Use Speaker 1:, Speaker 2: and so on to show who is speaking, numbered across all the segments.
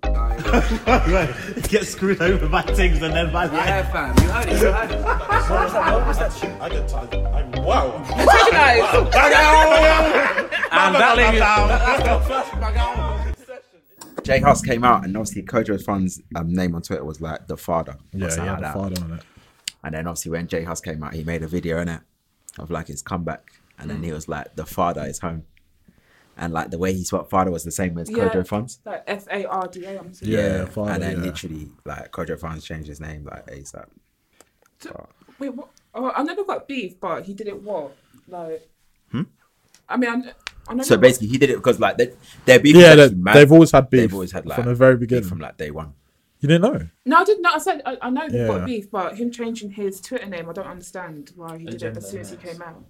Speaker 1: Get screwed over by things and then by life.
Speaker 2: Yeah, fam. You heard it. You heard it.
Speaker 3: What was that? What was that shit? I get tired. I'm wow.
Speaker 2: Guys.
Speaker 1: And that leaves
Speaker 2: Jay Huss came out, and obviously Kojo Fun's um, name on Twitter was like the father. or
Speaker 4: Yeah, he
Speaker 2: something
Speaker 4: had
Speaker 2: like
Speaker 4: the
Speaker 2: that.
Speaker 4: father on it.
Speaker 2: And then obviously when Jay Huss came out, he made a video in it of like his comeback, and
Speaker 5: Mm.
Speaker 2: then he was like, "The father is home," and like the way he spoke father was the same as Kojo Fun's.
Speaker 5: Like F A R D A. I'm sorry.
Speaker 4: Yeah, father,
Speaker 2: and then
Speaker 4: yeah.
Speaker 2: literally like Kojo Fun's changed his name like ASAP.
Speaker 5: Wait, what? Oh, I know they got beef, but he did it what? Like, I mean, I, kn- I
Speaker 2: Hmm?
Speaker 5: know.
Speaker 2: So
Speaker 5: they got-
Speaker 2: basically, he did it because like they, their beef.
Speaker 4: Yeah,
Speaker 2: is
Speaker 4: they-
Speaker 2: actually mad.
Speaker 4: they've always had beef
Speaker 2: They've always had like
Speaker 4: from the very
Speaker 2: beef
Speaker 4: beginning.
Speaker 2: from like day one.
Speaker 4: You didn't know?
Speaker 5: no, I didn't. know. I said I, I know they
Speaker 4: Yeah.
Speaker 5: got beef, but him changing his Twitter name, I don't understand why he did it as soon as he came out.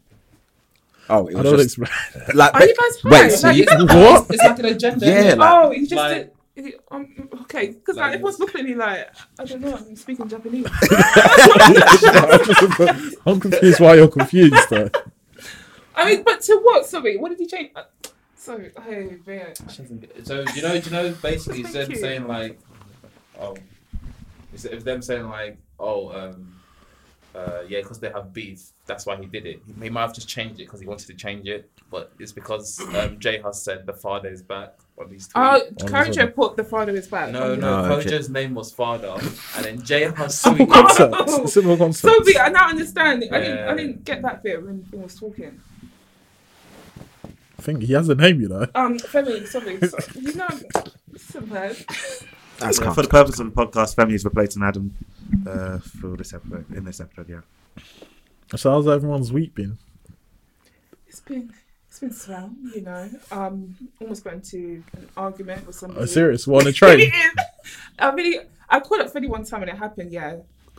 Speaker 2: Oh, it
Speaker 4: I
Speaker 2: was
Speaker 4: don't
Speaker 2: just,
Speaker 4: explain.
Speaker 2: like
Speaker 5: Are you guys
Speaker 2: wait,
Speaker 5: friends?
Speaker 2: so
Speaker 5: Like,
Speaker 2: you,
Speaker 5: is that-
Speaker 4: what?
Speaker 6: It's like an agenda.
Speaker 2: Yeah,
Speaker 6: innit?
Speaker 2: like-
Speaker 5: oh, he just
Speaker 6: like-
Speaker 5: did. he- Um, okay, because like,
Speaker 6: Like-
Speaker 5: everyone's looking at me like I don't know. I'm speaking Japanese.
Speaker 4: I'm confused why you're confused though.
Speaker 5: I mean, but to what? Sorry, what did he change? Uh, So, hey, man.
Speaker 6: So do you know, do you know, basically, it's them
Speaker 5: Thank you.
Speaker 6: saying like, oh, it's, it's them saying like, oh, um, uh, yeah, because they have beef. That's why he did it. He, might have just changed it because he wanted to change it, but it's because um, Jay Huss said the father is back on these.
Speaker 5: Oh,
Speaker 6: tweets.
Speaker 5: Kojo put the father is back.
Speaker 6: no,
Speaker 5: Okay.
Speaker 6: no,
Speaker 2: Oh, okay.
Speaker 6: Kojo's name was father, and then Jay Huss
Speaker 4: Simple
Speaker 6: tweeted.
Speaker 4: concept. Simple concept.
Speaker 5: Sorry, I now understand. I didn't.
Speaker 6: Yeah.
Speaker 5: I didn't get that bit when he was talking.
Speaker 4: I think he has a name, you know.
Speaker 5: Um, Femi, sorry, so, you know, somewhere.
Speaker 2: that's
Speaker 3: Yeah, for the purpose of the podcast, families replacing Adam uh, for this episode. In this episode, yeah.
Speaker 4: So how's everyone's week been?
Speaker 5: It's been it's been swell, you know. Um, almost got into an argument with somebody.
Speaker 4: Oh, A serious one on a
Speaker 5: It
Speaker 4: train.
Speaker 5: is. I really, I called up Femi one time and it happened. Yeah.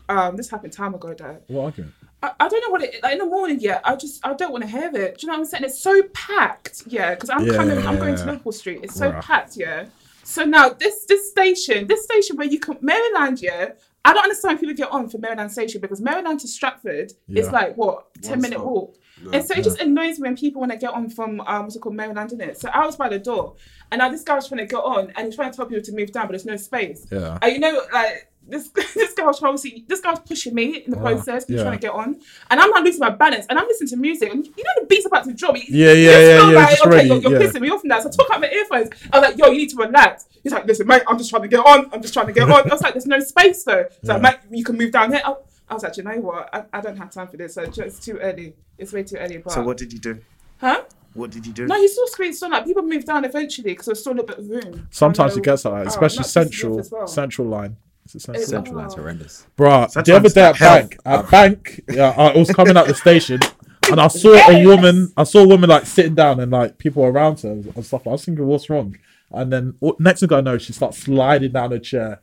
Speaker 5: Um, this happened time ago though.
Speaker 4: what argument?
Speaker 5: I, I don't know what it like in the morning. Yeah, I just I don't want to hear it. Do you know what I'm saying? It's so packed. Yeah, because I'm
Speaker 4: Yeah.
Speaker 5: coming. I'm going to Liverpool Street. It's so
Speaker 4: Right.
Speaker 5: packed. Yeah. So now this this station, this station where you can Maryland. Yeah, I don't understand how people get on for Maryland station because Maryland to Stratford
Speaker 4: Yeah.
Speaker 5: is like what ten minute
Speaker 2: stop.
Speaker 5: walk. And so it just annoys me when people want to get on from um, what's it called, Maryland, isn't it? So I was by the door, and now this guy was trying to get on, and he's trying to tell people to move down, but there's no space.
Speaker 4: Yeah.
Speaker 5: And you know, like this this girl was trying to- this girl was pushing me in the process,
Speaker 4: yeah.
Speaker 5: trying to get on, and I'm like losing my balance, and I'm listening to music, and you know the beat's about to drop. You, you
Speaker 4: Yeah, yeah,
Speaker 5: just
Speaker 4: yeah,
Speaker 5: feel
Speaker 4: yeah,
Speaker 5: Like,
Speaker 4: just
Speaker 5: okay,
Speaker 4: ready,
Speaker 5: you're, you're
Speaker 4: yeah.
Speaker 5: pissing me off now. So I took out my earphones. I was like, yo, you need to relax. He's like, listen, mate, I'm just trying to get on. I'm just trying to get on. I was like, there's no space though. So like, mate, you can move down here. I, I was like, you know what? I, I don't have time for this. So it's too early. It's way too early. But
Speaker 3: So what did you do?
Speaker 5: Huh?
Speaker 3: What did you do?
Speaker 5: No, you saw screen still like people moved down eventually because there's still a little bit of room.
Speaker 4: Sometimes
Speaker 5: I know-
Speaker 4: it gets like
Speaker 5: oh,
Speaker 4: that, especially
Speaker 5: not just
Speaker 4: central
Speaker 5: this as well.
Speaker 4: central line. Is it central?
Speaker 5: It's-
Speaker 2: Central line's
Speaker 5: Oh.
Speaker 2: horrendous.
Speaker 4: Bruh, the
Speaker 3: Sometimes
Speaker 4: other day at
Speaker 3: that Oh. help.
Speaker 4: bank, at bank, yeah, I was coming out the station and I saw a woman, I saw a woman like sitting down and like people around her and stuff. I was thinking, what's wrong? And then wh- next thing I know, she starts sliding down her chair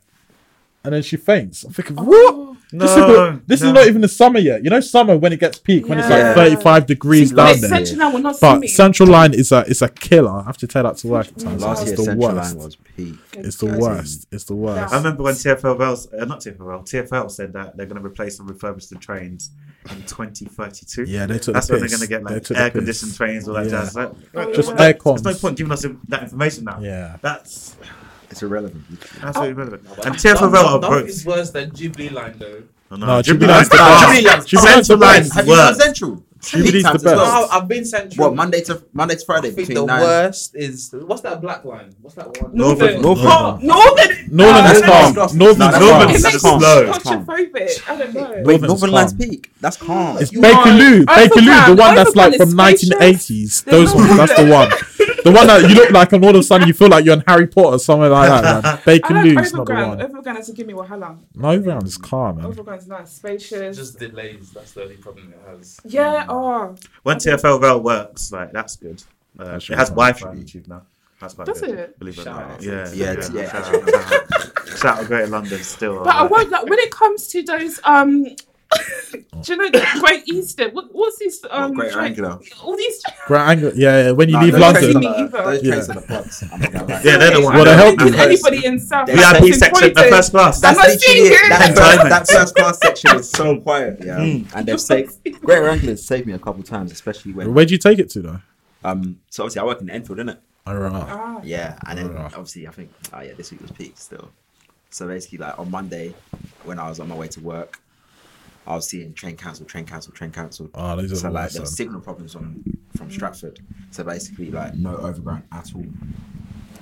Speaker 4: and then she faints. I'm
Speaker 5: Oh.
Speaker 4: thinking, what? this is,
Speaker 3: No,
Speaker 4: the- this
Speaker 3: no.
Speaker 4: is not even the summer yet. You know, summer when it gets peak, when it's
Speaker 5: Yeah.
Speaker 4: like 35 degrees
Speaker 2: See,
Speaker 4: down
Speaker 2: like,
Speaker 5: Wait,
Speaker 4: there.
Speaker 5: Central now will not see
Speaker 4: But
Speaker 5: me.
Speaker 4: Central Line is a it's a killer. I have to tell that to work. at times.
Speaker 2: Last
Speaker 4: it's
Speaker 2: year,
Speaker 4: the
Speaker 2: Central
Speaker 4: worst.
Speaker 2: Line was peak.
Speaker 4: It's the
Speaker 5: Guys,
Speaker 4: worst. It's the worst.
Speaker 3: I remember when TFL Wells, uh, not TFL, Wells, TFL said that they're going to replace and refurbish the trains in 2032.
Speaker 4: Yeah, they took
Speaker 3: That's
Speaker 4: the
Speaker 3: when they're
Speaker 4: piss.
Speaker 3: going to get
Speaker 4: They
Speaker 3: like
Speaker 4: took the
Speaker 3: air conditioned
Speaker 4: piss.
Speaker 3: trains, all that
Speaker 4: Yeah.
Speaker 3: jazz. Like,
Speaker 5: Oh,
Speaker 4: Just
Speaker 5: yeah.
Speaker 4: air
Speaker 3: there's no
Speaker 4: cons.
Speaker 3: point giving us that information now.
Speaker 4: Yeah.
Speaker 3: That's
Speaker 2: It's irrelevant.
Speaker 5: Oh.
Speaker 3: absolutely relevant. And
Speaker 6: Nothing-
Speaker 3: TFL Wells are
Speaker 6: Nothing
Speaker 3: broke. Oh,
Speaker 6: is worse than Jubilee Line though.
Speaker 4: No,
Speaker 3: Jubilee
Speaker 4: Jubilee
Speaker 3: Line's
Speaker 4: Line's the
Speaker 3: bad.
Speaker 4: best. Jubilee Line's the
Speaker 3: Central Line's
Speaker 4: best.
Speaker 6: Have you gone
Speaker 3: worse.
Speaker 6: Central?
Speaker 2: Times
Speaker 4: Jubilee's the
Speaker 2: as
Speaker 4: best.
Speaker 6: No,
Speaker 2: well.
Speaker 6: I've been Central.
Speaker 2: What Monday to Monday to Friday
Speaker 6: I think
Speaker 2: between
Speaker 6: the
Speaker 2: nine.
Speaker 6: worst is what's that black line? What's that one?
Speaker 3: Northern.
Speaker 2: Northern.
Speaker 5: Oh, Northern.
Speaker 4: Northern
Speaker 2: That's
Speaker 4: is
Speaker 2: calm.
Speaker 4: calm.
Speaker 2: No,
Speaker 4: Northern's
Speaker 2: that's calm.
Speaker 5: It
Speaker 4: calm.
Speaker 3: Northern's
Speaker 5: makes me
Speaker 3: That's calm.
Speaker 2: slow.
Speaker 5: claustrophobic. I don't know.
Speaker 2: Wait,
Speaker 4: Northern's
Speaker 2: Northern Line's
Speaker 4: calm.
Speaker 2: peak. That's calm.
Speaker 4: It's
Speaker 5: You
Speaker 4: Bakerloo.
Speaker 5: are-
Speaker 4: Bakerloo, the
Speaker 5: Overground.
Speaker 4: one that's like from
Speaker 5: Overground is spacious.
Speaker 4: 1980s.
Speaker 5: There's
Speaker 4: Those
Speaker 5: no
Speaker 4: ones, that's the one. The one that you look like and all of a sudden you feel like you're in Harry Potter or somewhere like that, man.
Speaker 5: I
Speaker 4: Bakerloo
Speaker 5: like
Speaker 4: is not the
Speaker 5: overground.
Speaker 4: one. Mm.
Speaker 5: Overground has to give me wahala.
Speaker 4: No round is calm, man.
Speaker 5: Overground's nice, spacious.
Speaker 6: Just delays. That's the only problem it has.
Speaker 5: yeah. Oh,
Speaker 3: When TFL Rail works, like that's good. Uh,
Speaker 4: That's
Speaker 3: it has
Speaker 4: really
Speaker 3: Wi-Fi on
Speaker 2: fun.
Speaker 3: YouTube now. That's quite
Speaker 5: Does
Speaker 3: good.
Speaker 5: it?
Speaker 3: Believe it or
Speaker 6: Shout
Speaker 3: not.
Speaker 6: out.
Speaker 3: Yeah,
Speaker 2: Yeah, it's- yeah, it's-
Speaker 3: Shout, out, shout, out. Shout out Greater London still.
Speaker 5: but I won't like when it comes to those um. Do you know the Great Eastern? What, what's this? Um,
Speaker 2: Great
Speaker 5: train-
Speaker 2: Angular.
Speaker 5: All these.
Speaker 4: Grand Angle, yeah, yeah, when you
Speaker 2: Nah,
Speaker 4: leave
Speaker 2: those
Speaker 4: London.
Speaker 2: trains
Speaker 5: Me
Speaker 2: are the-
Speaker 5: either.
Speaker 2: Those trains
Speaker 4: Yeah.
Speaker 2: are the plugs. I'm not gonna lie.
Speaker 3: Yeah, they're the ones.
Speaker 4: Well, they
Speaker 3: that-
Speaker 4: help
Speaker 3: that-
Speaker 4: you.
Speaker 5: Anybody in South?
Speaker 3: VIP
Speaker 5: Africa's
Speaker 3: section, the
Speaker 5: exploited.
Speaker 3: first class.
Speaker 2: That's
Speaker 5: That's I'm not
Speaker 2: literally
Speaker 5: seeing
Speaker 2: it.
Speaker 5: you.
Speaker 2: That first,
Speaker 3: Enjoyment.
Speaker 2: that first class section is so quiet. Yeah, and they've saved Great Wranglers saved me a couple times, especially when
Speaker 4: Where'd you take it to, though? Oh,
Speaker 2: um. So obviously I work in Enfield, innit?
Speaker 4: Alright.
Speaker 5: Ah,
Speaker 2: Yeah, and then
Speaker 4: Alright.
Speaker 2: obviously I think oh yeah, this week was peak still. So basically, like on Monday, when I was on my way to work, I was seeing train cancel, train cancel, train cancel.
Speaker 4: Oh, these are
Speaker 2: so
Speaker 4: the
Speaker 2: like
Speaker 4: worst,
Speaker 2: there were
Speaker 4: son.
Speaker 2: signal problems on from Stratford. So basically, like no overground at all.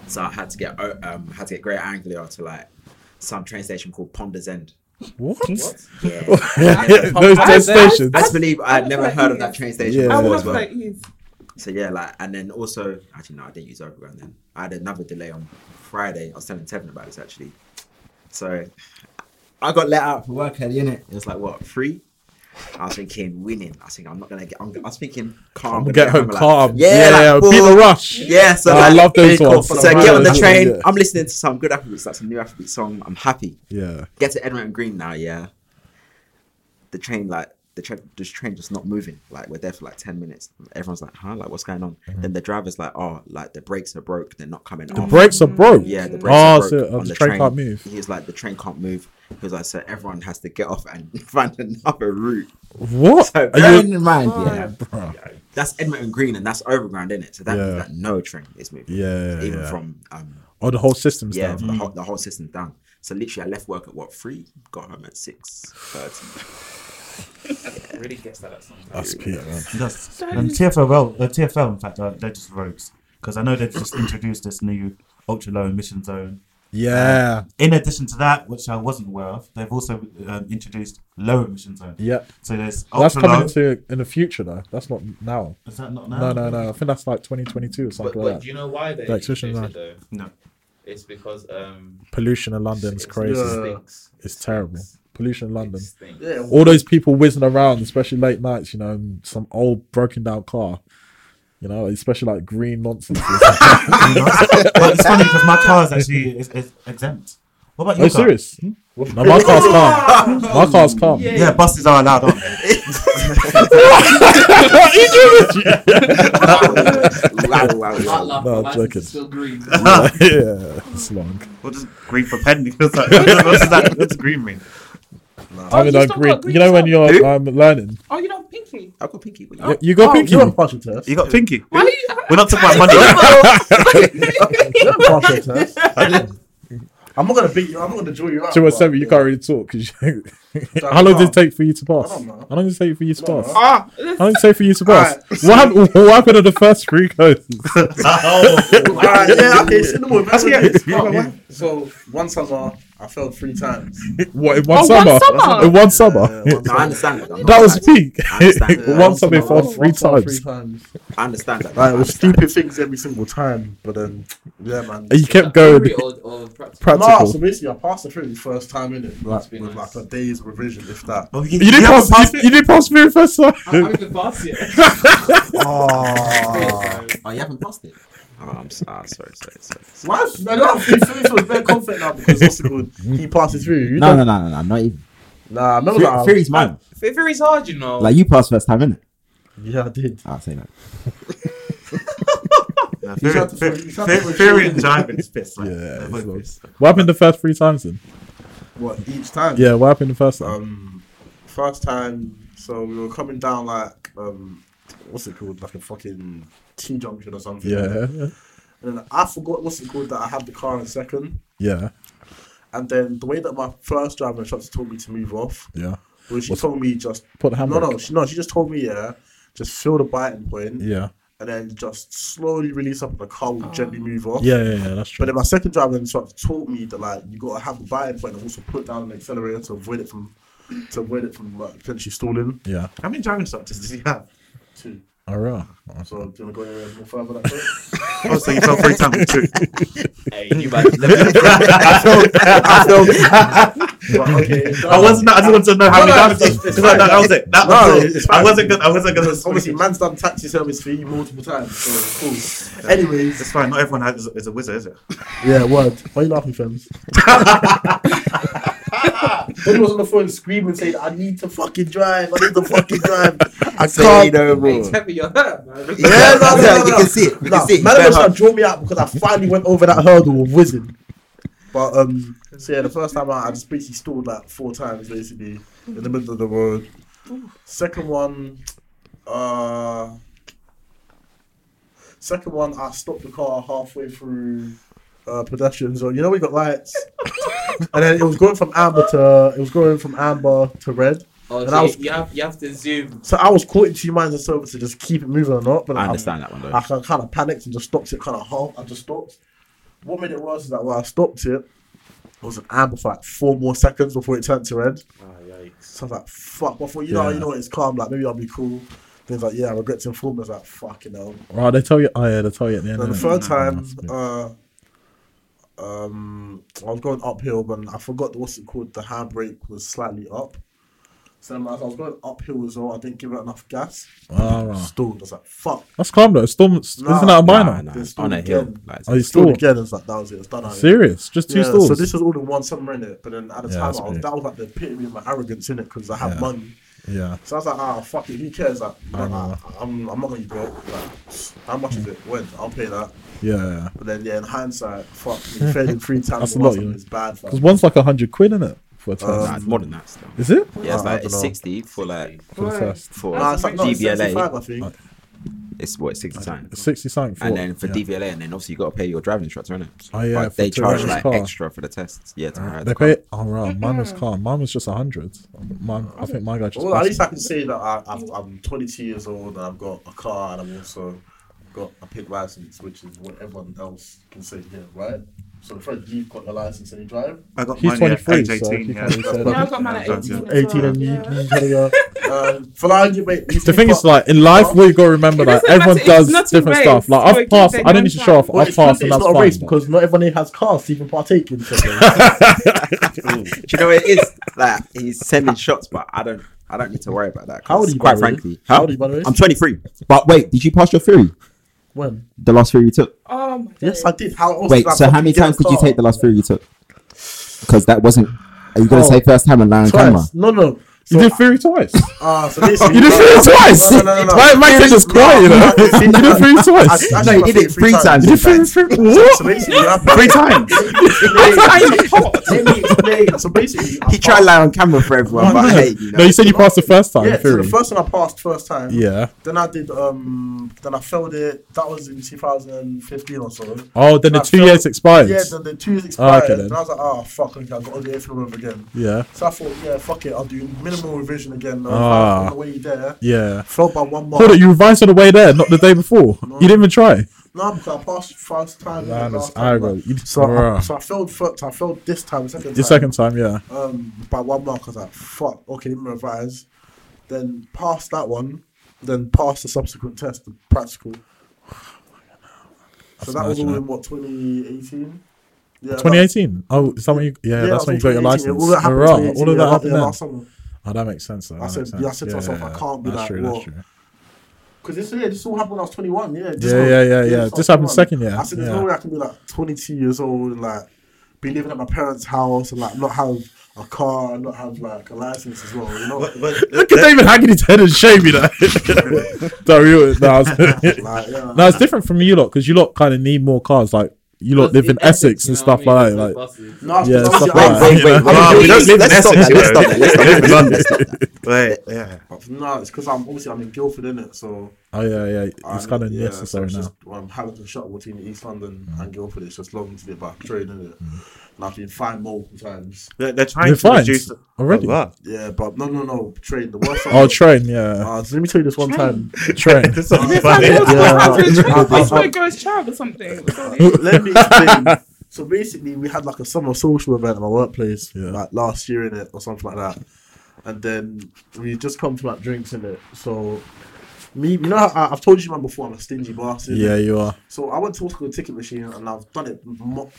Speaker 2: So I had to get o- um had to get Great Anglia to like some train station called Ponder's End.
Speaker 4: What?
Speaker 2: Yeah.
Speaker 4: Those
Speaker 5: I- I-
Speaker 4: ten stations.
Speaker 2: I just believe I had never
Speaker 5: like
Speaker 2: heard of
Speaker 5: it.
Speaker 2: that train station
Speaker 4: Yeah.
Speaker 5: I
Speaker 2: before
Speaker 5: was
Speaker 2: as well.
Speaker 5: like, yes.
Speaker 2: So yeah, like, and then also, actually, no, I didn't use Overground then. I had another delay on Friday. I was telling Tevin about this actually. So I got let out for work early, innit? It was like, what, three? I was thinking winning. I think I'm not gonna get. I'm, I was thinking calm.
Speaker 4: I'm
Speaker 2: gonna
Speaker 4: gonna get home
Speaker 2: like-
Speaker 4: calm.
Speaker 2: yeah,
Speaker 4: yeah,
Speaker 2: like,
Speaker 4: beat the
Speaker 2: boom.
Speaker 4: rush.
Speaker 2: Yeah, so
Speaker 4: Oh, I
Speaker 2: like,
Speaker 4: love those
Speaker 2: cool.
Speaker 4: ones.
Speaker 2: So I get on the
Speaker 4: Yeah.
Speaker 2: train.
Speaker 4: Yeah.
Speaker 2: I'm listening to some good Afrobeats, like some new Afrobeat song. I'm happy.
Speaker 4: Yeah.
Speaker 2: Get to Edmonton Green now. Yeah, the train like the tra- this train just not moving. Like we're there for like ten minutes. Everyone's like, huh? Like what's going on? Then the driver's like, oh, like the brakes are broke. They're not coming.
Speaker 4: Mm-hmm. The
Speaker 2: off.
Speaker 4: brakes are broke.
Speaker 2: Yeah, the brakes
Speaker 4: Oh,
Speaker 2: are
Speaker 4: so
Speaker 2: broke
Speaker 4: uh,
Speaker 2: on
Speaker 4: the train can't move.
Speaker 2: He was like, the train can't move. He was like, so everyone has to get off and find another route.
Speaker 4: What?
Speaker 2: So
Speaker 4: Are you?
Speaker 2: bearing in mind, yeah,
Speaker 4: Bruh.
Speaker 2: that's Edmonton Green and that's overground, isn't it? So that means
Speaker 4: Yeah.
Speaker 2: that no train is moving.
Speaker 4: Yeah,
Speaker 2: even
Speaker 4: yeah.
Speaker 2: from um,
Speaker 4: Oh, the whole system's
Speaker 2: yeah,
Speaker 4: down.
Speaker 2: the whole the whole system's down. So literally, I left work at what three, got home at six thirty.
Speaker 6: Really gets that at some time.
Speaker 4: That's Peter, man.
Speaker 3: Yes. And TFL, well, uh, TFL, in fact, uh, they're just rogues because I know they've just introduced this new ultra low emission zone.
Speaker 4: Yeah.
Speaker 3: In addition to that, which I wasn't aware of, they've also um, introduced low emission zone.
Speaker 4: Yep.
Speaker 3: So there's
Speaker 4: That's
Speaker 3: ultra
Speaker 4: coming
Speaker 3: low.
Speaker 4: into in the future though. That's not now.
Speaker 3: Is that not now?
Speaker 4: No, no,
Speaker 2: Ah.
Speaker 4: no. I think that's like 2022 or
Speaker 6: But,
Speaker 4: something
Speaker 6: but
Speaker 4: like
Speaker 6: do
Speaker 4: that.
Speaker 6: you know why they
Speaker 4: Like, switching
Speaker 6: introduced it, though?
Speaker 3: No.
Speaker 6: It's because um,
Speaker 4: Pollution in London's
Speaker 6: it's-
Speaker 4: crazy.
Speaker 6: It stinks.
Speaker 4: It's terrible. Pollution in London.
Speaker 6: It stinks.
Speaker 4: All those people whizzing around, especially late nights. You know, in some old broken down car. You know, especially like green nonsense. Are
Speaker 3: Well, it's funny because my car is actually is, is exempt. What about your
Speaker 4: you
Speaker 3: car?
Speaker 4: Oh, serious? No, my car's calm. My car's calm.
Speaker 3: Yeah, buses are allowed on.
Speaker 2: wow, wow,
Speaker 7: Can't
Speaker 2: wow.
Speaker 7: laugh,
Speaker 4: No,
Speaker 7: my
Speaker 4: I'm
Speaker 7: license
Speaker 4: joking.
Speaker 7: is still green.
Speaker 4: yeah, it's long.
Speaker 3: We'll just green for penny. It's like, what does that? What's green mean?
Speaker 4: I mean,
Speaker 5: you
Speaker 4: I
Speaker 5: still
Speaker 4: agree.
Speaker 5: got green
Speaker 4: You know, when
Speaker 5: thumb?
Speaker 4: you're um, learning,
Speaker 5: Oh, you know, Pinky.
Speaker 2: I got pinky. What you
Speaker 4: you, you go pinky.
Speaker 8: You're on partial test.
Speaker 3: You got pinky.
Speaker 5: Why
Speaker 3: We're
Speaker 5: do you?
Speaker 3: not talking about money.
Speaker 8: You're on partial test. I'm not gonna beat you. I'm not gonna draw you out.
Speaker 4: Two or
Speaker 8: but-
Speaker 4: seven, you can't really talk. 'cause you- How long did it take for you to pass?
Speaker 8: I don't know.
Speaker 4: How long did it take for you to
Speaker 8: don't
Speaker 4: pass?
Speaker 8: know.
Speaker 5: Ah,
Speaker 4: How long did it take for you to pass?
Speaker 8: Alright.
Speaker 4: What, happened, what happened on the first three goes?
Speaker 8: Alright, yeah, okay, sit in the moment.
Speaker 4: Yeah.
Speaker 8: So one summer, I failed three times.
Speaker 4: What, in
Speaker 5: Oh,
Speaker 4: one
Speaker 5: one
Speaker 4: summer?
Speaker 5: summer?
Speaker 4: In one summer?
Speaker 8: Yeah, one
Speaker 2: No, I understand that. I'm
Speaker 4: That
Speaker 2: not
Speaker 4: was
Speaker 2: like-
Speaker 4: peak.
Speaker 2: I understand.
Speaker 8: Yeah,
Speaker 4: One summer,
Speaker 8: I
Speaker 4: you failed
Speaker 8: failed
Speaker 4: three times.
Speaker 8: Three times.
Speaker 2: I understand that.
Speaker 8: Like,
Speaker 2: I
Speaker 8: it was
Speaker 2: understand.
Speaker 8: stupid things every single time, but then yeah, man.
Speaker 4: And you kept
Speaker 7: Theory
Speaker 4: going
Speaker 7: or, or practice.
Speaker 8: Nah,
Speaker 4: practical.
Speaker 8: so basically, I passed the theory the first time in it, like,
Speaker 7: be
Speaker 8: with
Speaker 7: nice.
Speaker 8: like a day's revision, if that.
Speaker 3: Oh,
Speaker 4: You didn't
Speaker 3: haven't
Speaker 4: pass. You didn't pass me the first
Speaker 7: I haven't
Speaker 4: time.
Speaker 7: even passed yet.
Speaker 8: Oh,
Speaker 2: Oh, you haven't passed it. Oh, I'm so- ah, sorry, sorry, sorry.
Speaker 8: why? Man, I feel so very confident now because what's it called? He passed it through. You don't-
Speaker 2: no, no, no, not even.
Speaker 8: Nah, I remember that.
Speaker 2: Theory's mine.
Speaker 6: Theory's hard, you know.
Speaker 2: you passed first time, innit?
Speaker 8: Yeah, I did.
Speaker 2: I'll say that.
Speaker 3: No,
Speaker 8: You
Speaker 3: Fear
Speaker 8: tried to-
Speaker 3: fear-
Speaker 8: you tried
Speaker 3: fear-
Speaker 8: to-
Speaker 3: fear and jiving is pissed. Like,
Speaker 4: Yeah,
Speaker 3: yeah,
Speaker 4: it's long. What happened the first three times then?
Speaker 8: What each time?
Speaker 4: Yeah, what happened the first time?
Speaker 8: Um, first time, so we were coming down like um, what's it called? Like a fucking T junction or something.
Speaker 4: Yeah,
Speaker 8: And then I forgot what's it called that I had the car in second.
Speaker 4: yeah,
Speaker 8: And then the way that my first driver instructor told me to move off
Speaker 4: yeah.
Speaker 8: was she told me just
Speaker 4: Put the
Speaker 8: no,
Speaker 4: hammer.
Speaker 8: no, she, no. She just told me yeah, just feel the biting point,
Speaker 4: Yeah,
Speaker 8: and then just slowly release up, and the car will gently move off.
Speaker 4: yeah, yeah, yeah. That's true.
Speaker 8: But then my second driver instructor taught me that like you gotta have a biting point and also put down an accelerator to avoid it from to avoid it from like potentially stalling.
Speaker 4: Yeah.
Speaker 3: How many driving instructors does he have?
Speaker 8: Two.
Speaker 4: All right.
Speaker 8: So do you wanna go anywhere more further that way?
Speaker 3: Oh, so you fell three times with two.
Speaker 6: Hey, you man,
Speaker 8: But, okay,
Speaker 3: I wasn't. I just wanted to know how
Speaker 8: No,
Speaker 3: many
Speaker 8: no,
Speaker 3: times.
Speaker 8: it's- it's
Speaker 3: No, no,
Speaker 8: fine.
Speaker 3: that was it. That
Speaker 8: No,
Speaker 3: was
Speaker 8: it's
Speaker 3: it.
Speaker 8: fine.
Speaker 3: I wasn't gonna. I wasn't gonna.
Speaker 8: obviously man's done taxi service for you multiple times. So cool. Anyways,
Speaker 3: It's fine. Not everyone has, is a wizard, is it?
Speaker 8: Yeah, word. Why you laughing, fams? when he was on the phone screaming, saying, I need to fucking drive, I need to fucking drive. I
Speaker 2: Say
Speaker 8: can't.
Speaker 2: no more.
Speaker 7: Hey, Tevi, you're hurt, man.
Speaker 8: Yeah, no, no, no,
Speaker 2: You
Speaker 8: no.
Speaker 2: can see it. You
Speaker 8: Nah,
Speaker 2: can see it.
Speaker 8: man,
Speaker 2: Very
Speaker 8: was trying
Speaker 2: hard.
Speaker 8: to draw me out because I finally went over that hurdle of whizzing. But, um, so yeah, the first time out, I just basically stalled like four times basically in the middle of the road. Second one, uh, second one, I stopped the car halfway through uh, pedestrian zone. You know, we got lights. and then it was going from amber to it was going from amber to red.
Speaker 6: Oh,
Speaker 8: And
Speaker 6: so
Speaker 8: I was-
Speaker 6: you, have, you have to zoom.
Speaker 8: So I was caught in two minds of service to just keep it moving or not. But
Speaker 2: I
Speaker 8: like,
Speaker 2: understand that one though.
Speaker 8: I kind of panicked and just stopped it, kind of half. I just stopped. What made it worse is that when I stopped it, it was an amber for like four more seconds before it turned to red. So I was like, fuck. Before you know,
Speaker 4: Ah, Yeah.
Speaker 8: you know, it's calm. Like maybe I'll be cool. Things like, yeah, I regret to inform. I was like, fucking hell.
Speaker 4: Right, they tell you. Oh yeah, they tell you at the end.
Speaker 8: And then the
Speaker 4: innit?
Speaker 8: third
Speaker 4: Nah,
Speaker 8: time,
Speaker 4: that's good.
Speaker 8: uh, um, I was going uphill, but I forgot what's it called. The handbrake was slightly up. So then as I was going uphill as well, I didn't give it enough gas.
Speaker 4: Ah, right.
Speaker 8: Stalled. I was like, fuck.
Speaker 4: That's calm though. Storm
Speaker 8: Nah,
Speaker 4: isn't that a minor?
Speaker 2: Nah, nah,
Speaker 8: There's
Speaker 2: on a
Speaker 8: still
Speaker 2: hill.
Speaker 8: again.
Speaker 2: Like,
Speaker 4: Are you
Speaker 8: Stalled
Speaker 4: still
Speaker 8: again. It's like that was it. It's done. out here.
Speaker 4: serious? Just two
Speaker 8: yeah,
Speaker 4: stores.
Speaker 8: So this was all in one summer, innit? But then at the
Speaker 4: Yeah,
Speaker 8: time,
Speaker 4: that's
Speaker 8: I was,
Speaker 4: big.
Speaker 8: that was like the epitome of my arrogance, innit? Because I had
Speaker 4: Yeah.
Speaker 8: money.
Speaker 4: yeah,
Speaker 8: So I was like, ah, fuck it, who cares? Like,
Speaker 4: I
Speaker 8: nah,
Speaker 4: know.
Speaker 8: nah, I'm, I'm not going to be broke. Like, how much is it? When? I'll pay that.
Speaker 4: yeah.
Speaker 8: But then, yeah, in hindsight, fuck, we failing three
Speaker 4: That's
Speaker 8: times in
Speaker 4: a
Speaker 8: one
Speaker 4: lot, you
Speaker 8: summer
Speaker 4: know.
Speaker 8: is bad, fam.
Speaker 4: Because one's like a hundred quid in it for a test.
Speaker 8: Uh,
Speaker 2: nah, it's more than that still.
Speaker 4: Is it
Speaker 2: Yeah, it's
Speaker 8: I
Speaker 2: like
Speaker 8: don't
Speaker 2: it's
Speaker 8: know.
Speaker 2: 60 for like
Speaker 4: for the test?
Speaker 2: for
Speaker 8: Nah, it's like, no, it's
Speaker 2: DVLA.
Speaker 8: 75, I think.
Speaker 2: it's what 60
Speaker 4: It's
Speaker 2: times.
Speaker 4: Sixty something. For,
Speaker 2: And then for
Speaker 4: yeah.
Speaker 2: DVLA, and then obviously you got to pay your driving instructor, innit?
Speaker 4: Oh, yeah,
Speaker 2: But
Speaker 4: for
Speaker 2: they
Speaker 4: two
Speaker 2: charge
Speaker 4: hours
Speaker 2: like
Speaker 4: car.
Speaker 2: extra for the tests. Yeah,
Speaker 8: Uh,
Speaker 2: to hire the
Speaker 4: They
Speaker 2: car.
Speaker 4: pay. Oh, right. Mine was calm. Mine was just a hundred. Mine. I think my guy just.
Speaker 8: Well, at
Speaker 4: passed
Speaker 8: least I can say that I, I've, I'm 22 years old and I've got a car and I've also got a pink license, which is what everyone else can say here, right? So, Fred, you've got your license and you drive.
Speaker 3: I got
Speaker 4: He's
Speaker 3: mine at
Speaker 4: 23,
Speaker 3: age
Speaker 4: so
Speaker 3: 18.
Speaker 4: he
Speaker 3: yeah.
Speaker 4: can't be said-
Speaker 5: Yeah, I've got mine at
Speaker 3: Yeah,
Speaker 5: 18.
Speaker 3: yeah.
Speaker 5: as well, yeah.
Speaker 8: you. Uh, for now, you mate.
Speaker 4: The thing is, like in life, we've got to remember
Speaker 5: It
Speaker 4: that
Speaker 5: doesn't
Speaker 4: everyone
Speaker 5: matter, it's
Speaker 4: does
Speaker 5: not a
Speaker 4: different
Speaker 5: race.
Speaker 4: stuff. Like
Speaker 5: You're
Speaker 4: I've
Speaker 5: a
Speaker 4: passed,
Speaker 5: kid,
Speaker 4: I
Speaker 5: they're
Speaker 4: don't need to
Speaker 5: young
Speaker 4: show off.
Speaker 8: Well,
Speaker 4: I've
Speaker 8: it's not-
Speaker 4: passed, and
Speaker 8: it's
Speaker 4: that's
Speaker 8: not a
Speaker 4: fine.
Speaker 8: race because not everyone here has cars to even partake in. So
Speaker 2: Do you know what it is? Like he's sending shots, but I don't. I don't need to worry about that. 'cause
Speaker 8: How old are you,
Speaker 2: Quite
Speaker 8: by the way?
Speaker 2: frankly,
Speaker 8: How
Speaker 2: Huh?
Speaker 8: old are you, by the way?
Speaker 2: I'm 23. But wait, did you pass your theory?
Speaker 8: when?
Speaker 2: The last theory you took.
Speaker 5: Oh my god.
Speaker 8: Yes, I did. How else
Speaker 2: Wait,
Speaker 8: did I
Speaker 2: so how many
Speaker 8: fucking get
Speaker 2: times
Speaker 8: a
Speaker 2: did you
Speaker 8: car?
Speaker 2: take the last theory you took? Because that wasn't. Are you gonna
Speaker 8: Oh.
Speaker 2: say first time and lying on camera?
Speaker 8: Twice. No, no.
Speaker 4: You
Speaker 8: So,
Speaker 4: did theory twice.
Speaker 8: ah, so basically,
Speaker 4: You did theory twice.
Speaker 8: No, no, no, no.
Speaker 4: Why am I just quiet? You know?
Speaker 8: I've
Speaker 4: You
Speaker 8: seen
Speaker 4: did
Speaker 8: that.
Speaker 4: theory
Speaker 8: I-
Speaker 4: twice.
Speaker 8: I
Speaker 2: No,
Speaker 8: did
Speaker 2: you
Speaker 8: my
Speaker 2: did
Speaker 8: theory
Speaker 2: it three times.
Speaker 4: You did theory three. What?
Speaker 8: So basically, what happened-
Speaker 2: Three times.
Speaker 8: Let me explain. So basically, I
Speaker 2: He tried to
Speaker 8: passed-
Speaker 2: lie on camera for everyone, but hey, you know.
Speaker 4: No, you said you passed the first time.
Speaker 8: Yeah, so the
Speaker 4: theory.
Speaker 8: first one I passed first time.
Speaker 4: Yeah.
Speaker 8: Then I did. Um. Then I failed it. That was in 2015 or so.
Speaker 4: Oh, then the
Speaker 8: I
Speaker 4: two
Speaker 8: failed-
Speaker 4: years expired.
Speaker 8: Yeah. Then the two years expired,
Speaker 4: Ah, okay then.
Speaker 8: and I was like, oh fuck, okay, I got to do it from over again.
Speaker 4: Yeah.
Speaker 8: So I thought, yeah, fuck it, I'll do minimal revision again. Uh,
Speaker 4: Ah.
Speaker 8: on the way there,
Speaker 4: Yeah.
Speaker 8: failed by one mark.
Speaker 4: Hold it, you revised on the way there, not the day before. You didn't even try.
Speaker 8: No, because I passed first time. and
Speaker 4: Lionel's
Speaker 8: last time,
Speaker 4: eyebrow.
Speaker 8: like-
Speaker 4: You-
Speaker 8: So I,
Speaker 4: Bruh.
Speaker 8: so I failed first. I failed this time. The second
Speaker 4: Your
Speaker 8: time.
Speaker 4: second time, yeah.
Speaker 8: um, by one mark. I was like, fuck, okay, let me revise. Then pass that one, then pass the subsequent test, the practical. So that was all in what, 2018? Yeah, that-
Speaker 4: 2018. Oh, is that when you? Yeah,
Speaker 8: that
Speaker 4: that's
Speaker 8: was
Speaker 4: when
Speaker 8: all
Speaker 4: you got your
Speaker 8: 2018.
Speaker 4: license.
Speaker 8: All that happened
Speaker 4: Bruh,
Speaker 8: in 2018,
Speaker 4: all of
Speaker 8: yeah,
Speaker 4: that happened
Speaker 8: yeah,
Speaker 4: then.
Speaker 8: last summer.
Speaker 4: Oh, that makes sense. Though. That
Speaker 8: I said-
Speaker 4: makes
Speaker 8: yeah,
Speaker 4: sense.
Speaker 8: I said to myself, I can't be
Speaker 4: that's
Speaker 8: like,
Speaker 4: true,
Speaker 8: what?
Speaker 4: that's true.
Speaker 8: Because this, yeah, this all happened when I was 21, yeah. this
Speaker 4: Yeah,
Speaker 8: was-
Speaker 4: yeah, yeah, yeah.
Speaker 8: was
Speaker 4: This happened
Speaker 8: 21.
Speaker 4: second year,
Speaker 8: I said, there's
Speaker 4: yeah.
Speaker 8: no way I can be like 22 years old and like be living at my parents' house and like not have a car and not have like a license as well, you know?
Speaker 3: But- but-
Speaker 4: Look at David hanging his head and shaming that. no, real, no, it's,
Speaker 8: like, yeah.
Speaker 4: no, it's different from you lot because you lot kind of need more cars. Like you lot live in Essex and stuff like that. Like,
Speaker 8: No, it's
Speaker 4: Yeah,
Speaker 8: just-
Speaker 4: stuff
Speaker 8: obviously,
Speaker 4: like
Speaker 2: Wait, wait,
Speaker 4: that.
Speaker 8: I-
Speaker 2: wait.
Speaker 3: Nah, uh, we don't live in
Speaker 2: Let's stop
Speaker 3: Essex,
Speaker 2: that. Let's stop
Speaker 3: bro.
Speaker 2: that. Let's stop that.
Speaker 3: We live in
Speaker 2: Let's stop that.
Speaker 3: Wait, yeah.
Speaker 8: No, it's because I'm obviously I'm in Guildford, innit? So
Speaker 4: oh yeah, yeah,
Speaker 8: I-
Speaker 4: it's kind of
Speaker 8: Ah, yeah, so
Speaker 4: necessary
Speaker 8: it's
Speaker 4: now.
Speaker 8: Just, well, I'm having to shut between East London
Speaker 4: Mm.
Speaker 8: and Guildford. It's just long to be about train, innit? And I've been fined multiple times.
Speaker 3: They're, they're trying
Speaker 4: You're
Speaker 3: to
Speaker 4: fine
Speaker 3: reduce the-
Speaker 4: already.
Speaker 3: Oh, wow.
Speaker 8: Yeah, but no, no, no, train. The worst.
Speaker 4: Oh, train, yeah,
Speaker 8: Uh, so let me tell you this one time.
Speaker 4: train.
Speaker 3: This is
Speaker 5: If I
Speaker 3: funny.
Speaker 5: knew it was
Speaker 8: Yeah.
Speaker 5: going to happen, I
Speaker 8: Yeah.
Speaker 5: swear to God, it's child or something.
Speaker 8: Let me explain. So basically, we had like a summer social event at my workplace,
Speaker 4: Yeah.
Speaker 8: like last year in it or something like that. And then we just come to like drinks in it. So me, you know, how I, I've told you man before. I'm a stingy bastard.
Speaker 4: Yeah, you are.
Speaker 8: So I went to what's called a ticket machine and I've done it. Mo-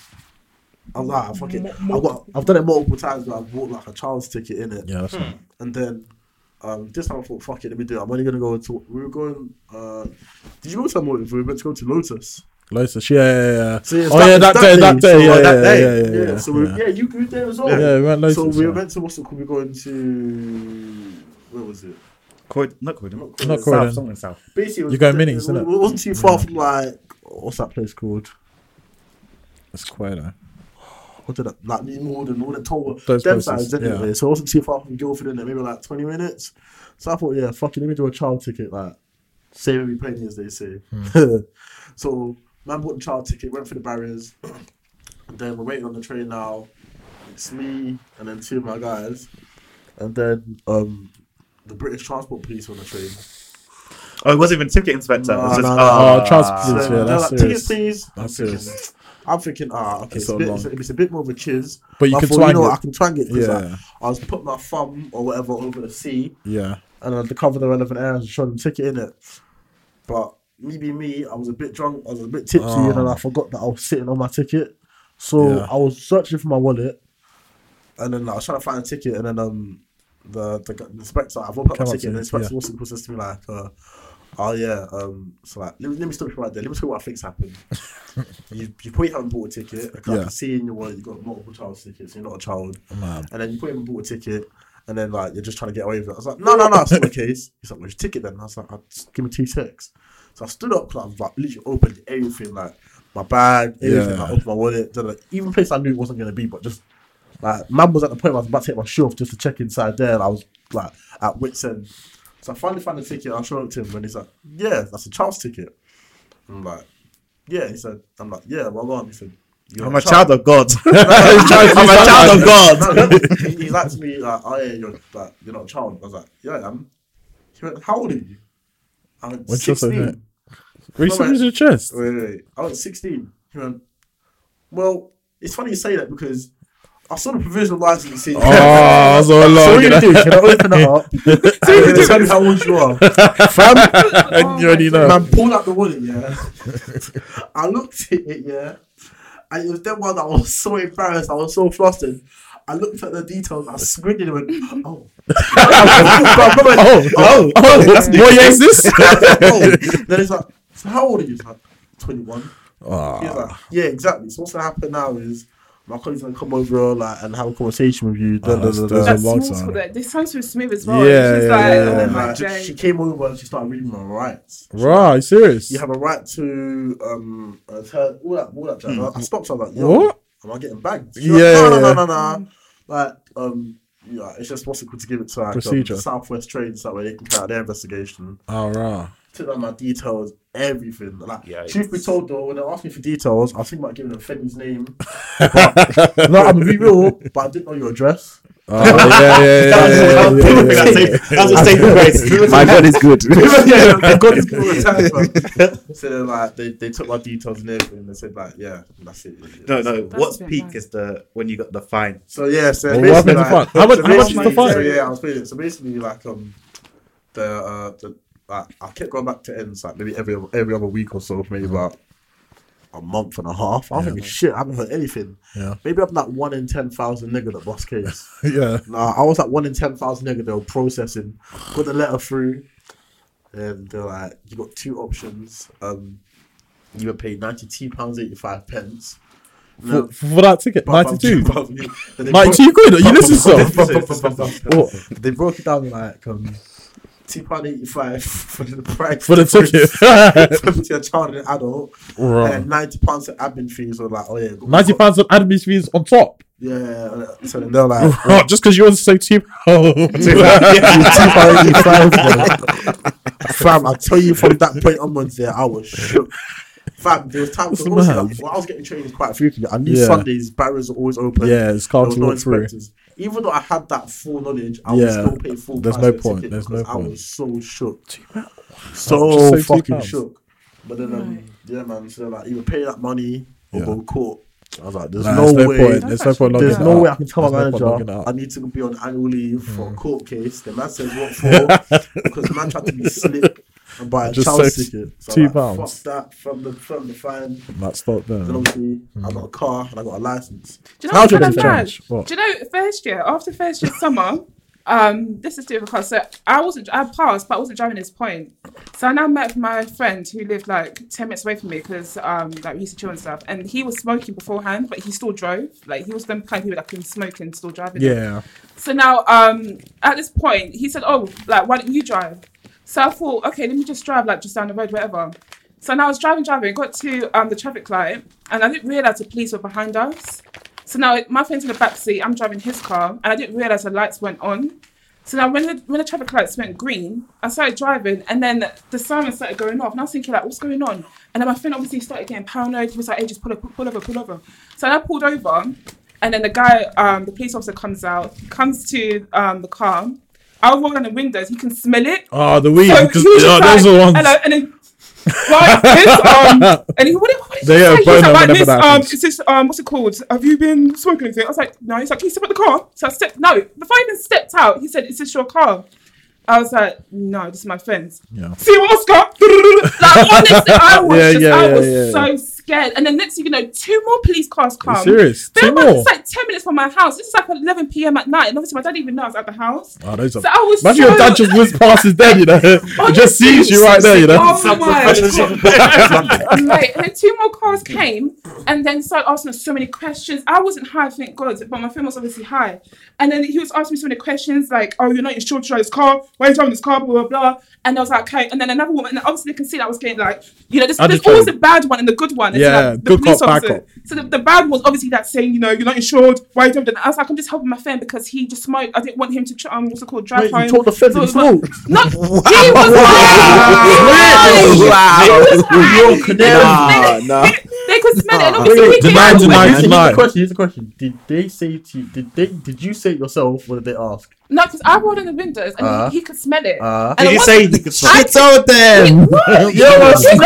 Speaker 8: I'm like, ah, fuck it.
Speaker 5: Mo-
Speaker 8: I've, got, I've done it multiple times, but I've bought like a child's ticket in it.
Speaker 4: Yeah, that's right.
Speaker 8: And then um, this time I thought, fuck it, let me do it. I'm only going to go to. We were going. Uh, did you go to a motive? We were meant to go to Lotus.
Speaker 4: Lotus, yeah, yeah, yeah.
Speaker 8: So Hmm. it's
Speaker 4: oh
Speaker 8: that-
Speaker 4: yeah,
Speaker 8: it's
Speaker 4: that,
Speaker 8: that
Speaker 4: day,
Speaker 8: day,
Speaker 4: that
Speaker 8: so-
Speaker 4: day, yeah,
Speaker 8: oh,
Speaker 4: yeah,
Speaker 8: that
Speaker 4: yeah,
Speaker 8: day.
Speaker 4: yeah, yeah, yeah.
Speaker 8: so we, yeah. you grew there as well.
Speaker 4: Yeah, we went
Speaker 8: so
Speaker 4: Lotus,
Speaker 8: we were
Speaker 4: yeah.
Speaker 8: meant to what's it called? We were going to. Where was it?
Speaker 3: Croyd- Not Croydon.
Speaker 8: Not
Speaker 4: Not
Speaker 8: Croydon.
Speaker 4: Croydon.
Speaker 3: South, somewhere in South.
Speaker 8: Basically, it was-
Speaker 4: You go minis,
Speaker 8: it,
Speaker 4: innit?
Speaker 8: it wasn't too far from like what's that place called?
Speaker 4: It's quite though.
Speaker 8: what did I, like New Malden, all the toll,
Speaker 4: Those
Speaker 8: them
Speaker 4: places,
Speaker 8: sides anyway.
Speaker 4: yeah.
Speaker 8: So it wasn't too far from Guildford in there, maybe like 20 minutes. So I thought, yeah, fuck it, let me do a child ticket, like save every penny as they say.
Speaker 4: Hmm.
Speaker 8: so man bought the child ticket, went for the barriers, and then we're waiting on the train now. It's me and then two of my guys, and then um, the British Transport Police on the train.
Speaker 3: Oh, it wasn't even ticket inspector. it was just,
Speaker 8: No, no, no.
Speaker 3: ah.
Speaker 4: Oh, transport
Speaker 8: So
Speaker 4: yeah,
Speaker 8: they're
Speaker 4: that's
Speaker 8: like,
Speaker 4: serious.
Speaker 8: tickets, please.
Speaker 4: That's
Speaker 8: I'm thinking-
Speaker 4: serious.
Speaker 8: I'm thinking, ah, okay,
Speaker 4: That's
Speaker 8: it's,
Speaker 4: so
Speaker 8: a bit,
Speaker 4: long.
Speaker 8: it's, a, it's a bit more of a chiz.
Speaker 4: But you
Speaker 8: I
Speaker 4: can
Speaker 8: thought, you know
Speaker 4: twang
Speaker 8: what, I
Speaker 4: it.
Speaker 8: can twang it because
Speaker 4: Yeah,
Speaker 8: I was putting my thumb or whatever over the C and I'd cover the relevant areas and show them ticket in it. But me being me, I was a bit drunk, I was a bit tipsy,
Speaker 4: Oh.
Speaker 8: and then I forgot that I was sitting on my ticket. So
Speaker 4: Yeah.
Speaker 8: I was searching for my wallet, and then I was trying to find a ticket, and then um the the, the inspector, I've opened up my
Speaker 4: Come up
Speaker 8: ticket,
Speaker 4: to
Speaker 8: and
Speaker 4: you,
Speaker 8: the inspector
Speaker 4: yeah.
Speaker 8: also was says to me like, uh, "Oh yeah, um, so like let me, let me stop you right there. Let me tell you what I think's happened. you you probably haven't bought a ticket. 'cause I
Speaker 4: Yeah.
Speaker 8: can see in your wallet you've got multiple child tickets. You're not a child."
Speaker 4: Man.
Speaker 8: And then you put him and bought a ticket, and then like you're just trying to get away with it. I was like, no, no, no, it's not the case. He's like, where's your ticket then? And I was like, "Uh, just give me two ticks. So I stood up, 'cause I've like literally opened everything, like my bag, everything,
Speaker 4: Yeah.
Speaker 8: like opened my wallet, done, like, even place I knew it wasn't gonna be, but just like man was at the point where I was about to take my shoe off just to check inside there, and I was like at wits end. So I finally found the ticket. I showed it to him, and he's like, yeah, that's a child's ticket. I'm like, yeah. He said, I'm like, yeah. Well, go on. He said, "You're
Speaker 3: I'm
Speaker 8: not
Speaker 3: a child of God.
Speaker 8: I'm
Speaker 3: a child of
Speaker 8: God. he, he likes me like, oh yeah, you're like, you're not a child. I was like, yeah, I am. He went, how old are you? I went,
Speaker 4: What's your son,
Speaker 8: 16.
Speaker 4: mate? Reach
Speaker 8: Alright.
Speaker 4: into your chest.
Speaker 8: Wait, wait, wait. I was 16. He went, well, it's funny you say that because I saw the provisional license. you see.
Speaker 4: Oh, so long.
Speaker 8: so what you do, can I open it up? so you tell me how old you are.
Speaker 4: and you already know.
Speaker 8: Man, pulled out the wallet, yeah. I looked at it, yeah. And it was then one that I was so embarrassed, I was so flustered. I looked at the details, I squinted and went, oh. I remember-
Speaker 4: Oh, oh, oh, that's what year is this?
Speaker 8: oh. Then it's like, so how old are you? It's like, 21. He's
Speaker 4: Oh,
Speaker 8: like, yeah, exactly. So what's gonna happen now is my colleague's gonna come over like and have a conversation with you. da, da,
Speaker 4: that's-
Speaker 8: da, da.
Speaker 4: that's-
Speaker 5: That
Speaker 4: a long
Speaker 5: small
Speaker 4: time.
Speaker 5: school that this sounds so smooth as well.
Speaker 4: Yeah,
Speaker 5: She's
Speaker 4: yeah,
Speaker 5: like,
Speaker 4: yeah,
Speaker 5: oh
Speaker 4: yeah.
Speaker 5: my
Speaker 8: Like, she
Speaker 5: days.
Speaker 8: came over and she started reading my rights.
Speaker 4: right, you serious?
Speaker 8: You have a right to um uh, turn all that all that jazz. I- I stopped her like, Yo,
Speaker 4: Hmm. What?
Speaker 8: Am I getting bagged? She
Speaker 4: Yeah,
Speaker 8: was like, no,
Speaker 4: yeah,
Speaker 8: no, no, no, no. Like um. Yeah, it's just what's it called to give it to like,
Speaker 4: Procedure.
Speaker 8: Um, Southwest Trains that way they can carry out their investigation.
Speaker 4: Oh, right.
Speaker 8: Took down my details, everything. Like,
Speaker 6: Yeah,
Speaker 8: truth be
Speaker 6: it's-
Speaker 8: told though, when they asked me for details, I was thinking about giving them Femi's name. But- no, I'm gonna be real, but I didn't know your address.
Speaker 4: Oh, yeah, yeah, yeah, yeah, yeah, yeah, yeah, yeah.
Speaker 3: That's a state of grace.
Speaker 2: My God is good.
Speaker 8: I got this all the time, man. So they're like, they, they took my details and everything. They said like, yeah, that's it.
Speaker 3: No, no. What's
Speaker 5: been
Speaker 3: peak
Speaker 5: nice.
Speaker 3: is the when you got the fine.
Speaker 8: So yeah, so
Speaker 4: Well, what
Speaker 8: basically,
Speaker 4: happened to
Speaker 8: like,
Speaker 4: fun? How much-
Speaker 8: so
Speaker 4: how much is
Speaker 8: basically-
Speaker 4: the fun?
Speaker 8: So, yeah, I was feeling. So basically, like um, the uh, the like, I kept going back to ends like maybe every other- every other week or so, for maybe about a month and a half. I'm thinking, shit, I haven't heard anything.
Speaker 4: Yeah.
Speaker 8: Maybe I'm that one in ten thousand nigga that boss case.
Speaker 4: Yeah.
Speaker 8: Nah, I was like one in ten thousand nigga. They were processing, got the letter through, and they're like, you got two options. Um, you were paid ninety two pounds eighty five pence. No,
Speaker 4: For, for that ticket,
Speaker 8: but- but-
Speaker 4: 92.
Speaker 8: but- but they
Speaker 4: 92 quid, are you listening to
Speaker 8: broke-
Speaker 4: yourself?
Speaker 8: but-
Speaker 4: Oh,
Speaker 8: but They broke it down like um, two pound eighty five for the price
Speaker 4: For the ticket.
Speaker 8: to a child and an adult, and
Speaker 4: right.
Speaker 8: then ninety pounds of admin fees. Or like, oh yeah, got-
Speaker 4: 90 pounds of admin fees on top.
Speaker 8: Yeah, yeah, yeah. so then they're like.
Speaker 4: Right, just because you want to say two Oh.
Speaker 8: You 2005, bro. Fam, I tell you from that point onwards, there I was shook. Fam, there was times
Speaker 4: What's
Speaker 8: when
Speaker 4: the
Speaker 8: also,
Speaker 4: matter?
Speaker 8: like, well, I was getting trained quite frequently. I knew
Speaker 4: Yeah.
Speaker 8: Sundays barriers were always open.
Speaker 4: Yeah, it's
Speaker 8: there
Speaker 4: hard
Speaker 8: was
Speaker 4: to
Speaker 8: no
Speaker 4: walk through.
Speaker 8: inspectors. Even though I had that full knowledge, I was
Speaker 4: Yeah.
Speaker 8: still paying full
Speaker 4: There's
Speaker 8: price
Speaker 4: no
Speaker 8: for the
Speaker 4: point,
Speaker 8: ticket
Speaker 4: there's
Speaker 8: because
Speaker 4: no
Speaker 8: I
Speaker 4: point.
Speaker 8: was so shook,
Speaker 4: Just
Speaker 8: so
Speaker 4: say two
Speaker 8: fucking
Speaker 4: pounds.
Speaker 8: shook. But then, um, yeah, man. So like, either pay that money or
Speaker 4: Yeah.
Speaker 8: go to court. I was like, there's
Speaker 4: Nah,
Speaker 8: no,
Speaker 4: there's no
Speaker 8: way.
Speaker 4: point. There's no point logging
Speaker 8: There's
Speaker 4: it
Speaker 8: no
Speaker 4: out.
Speaker 8: way I can tell my
Speaker 4: There's no point
Speaker 8: manager
Speaker 4: logging it out. Mm.
Speaker 8: I need to be on annual leave for a court case. The man says what for? because the man tried to be slick and buy a
Speaker 4: Just
Speaker 8: child
Speaker 4: say
Speaker 8: ticket. So
Speaker 4: two
Speaker 8: like,
Speaker 4: pounds. Mm.
Speaker 8: Fuck that from the from the fine.
Speaker 4: That's not there.
Speaker 8: Then obviously
Speaker 4: Mm.
Speaker 8: I got a car and I got a license.
Speaker 5: Do you
Speaker 4: How
Speaker 5: know what's
Speaker 4: did
Speaker 5: kind
Speaker 4: they
Speaker 5: of mad?
Speaker 4: charge? What?
Speaker 5: Do you know first year after first year summer? Um, this is different because so I wasn't I passed, but I wasn't driving this point. So I now met my friend who lived like ten minutes away from me because um like we used to chill and stuff, and he was smoking beforehand, but he still drove. Like he was them kind of people that can smoke and still driving.
Speaker 4: Yeah.
Speaker 5: So now, um, at this point, he said, "Oh, like, why don't you drive?" So I thought, okay, let me just drive, like, just down the road, whatever. So now I was driving, driving, got to um, the traffic light, and I didn't realize the police were behind us. So now my friend's in the back seat, I'm driving his car, and I didn't realize the lights went on. So now when the, when the traffic lights went green, I started driving, and then the sirens started going off, and I was thinking like, what's going on? And then my friend obviously started getting paranoid. He was like, hey, just pull over, pull over, pull over. So then I pulled over, And then the guy, um, the police officer comes out, comes to um, the car. I was walking on the windows. He can smell it.
Speaker 4: Oh, the weed.
Speaker 5: So
Speaker 4: because-
Speaker 5: he was
Speaker 4: oh,
Speaker 5: just
Speaker 4: those are the
Speaker 5: like,
Speaker 4: ones.
Speaker 5: Hello, and then like this, um, and he, what, did- what did
Speaker 4: They
Speaker 5: he
Speaker 4: are
Speaker 5: say? He was like,
Speaker 4: boner
Speaker 5: like
Speaker 4: whenever
Speaker 5: this,
Speaker 4: that
Speaker 5: um,
Speaker 4: happens.
Speaker 5: is this, um, what's it called? Have you been smoking anything? I was like, no. He's like, can you step out the car? So I stepped, no. Before I even stepped out, he said, is this your car? I was like, no, this is my friend's.
Speaker 4: Yeah.
Speaker 5: See what Oscar? like, honestly, I was
Speaker 4: Yeah,
Speaker 5: just,
Speaker 4: yeah,
Speaker 5: I
Speaker 4: yeah,
Speaker 5: was
Speaker 4: yeah.
Speaker 5: so scared. And then next thing you know, two more police cars come.
Speaker 4: serious?
Speaker 5: Bear
Speaker 4: Two
Speaker 5: in mind,
Speaker 4: more?
Speaker 5: It's like 10 minutes from my house. This is like 11 p.m. at night. And obviously, my dad didn't even know I was at the house.
Speaker 4: Oh, those are.
Speaker 5: So I was
Speaker 4: Imagine
Speaker 5: so...
Speaker 4: your dad just whizzed past his dad, you know. He just sees you right there, you know.
Speaker 5: Oh my Mate, and then two more cars came and then started asking us so many questions. I wasn't high, thank God, but my friend was obviously high. And then he was asking me so many questions like, oh, you're not insured to drive this car, why are you driving this car, blah, blah, blah. And I was like, okay. And then another woman, and obviously they can see that I was getting like, you know, there's, there's
Speaker 4: Undertone.
Speaker 5: always the bad one and the good one. It's
Speaker 4: Yeah,
Speaker 5: like the
Speaker 4: good
Speaker 5: police
Speaker 4: cop, bad
Speaker 5: officer.
Speaker 4: cop.
Speaker 5: So the, the bad was obviously that saying, you know, you're not insured, why are you doing that? I was like, I'm just helping my friend because he just smoked. I didn't want him to, tr- um, what's it called, drive
Speaker 8: Wait,
Speaker 5: home.
Speaker 8: you told the feds
Speaker 5: So
Speaker 8: he
Speaker 5: it was like-
Speaker 8: smoked.
Speaker 5: No, he was high.
Speaker 2: Wow.
Speaker 5: He was high.
Speaker 8: You're canary.
Speaker 2: Nah, nah.
Speaker 5: They could smell it.
Speaker 8: Ah.
Speaker 5: And
Speaker 4: Wait,
Speaker 5: obviously,
Speaker 4: wait,
Speaker 5: he came
Speaker 4: deny,
Speaker 5: out with-
Speaker 4: deny.
Speaker 8: Here's the- here's
Speaker 4: Nine.
Speaker 8: the question. Here's the question. Did they say to you? Did they? Did you say it yourself, or did they ask?
Speaker 5: No, because I rolled in the windows and
Speaker 8: Uh-huh.
Speaker 5: he, he could smell it.
Speaker 8: Uh,
Speaker 5: and
Speaker 3: Did you
Speaker 5: it
Speaker 3: say you could
Speaker 5: I-
Speaker 3: smoke?
Speaker 2: told them.
Speaker 5: wasn't-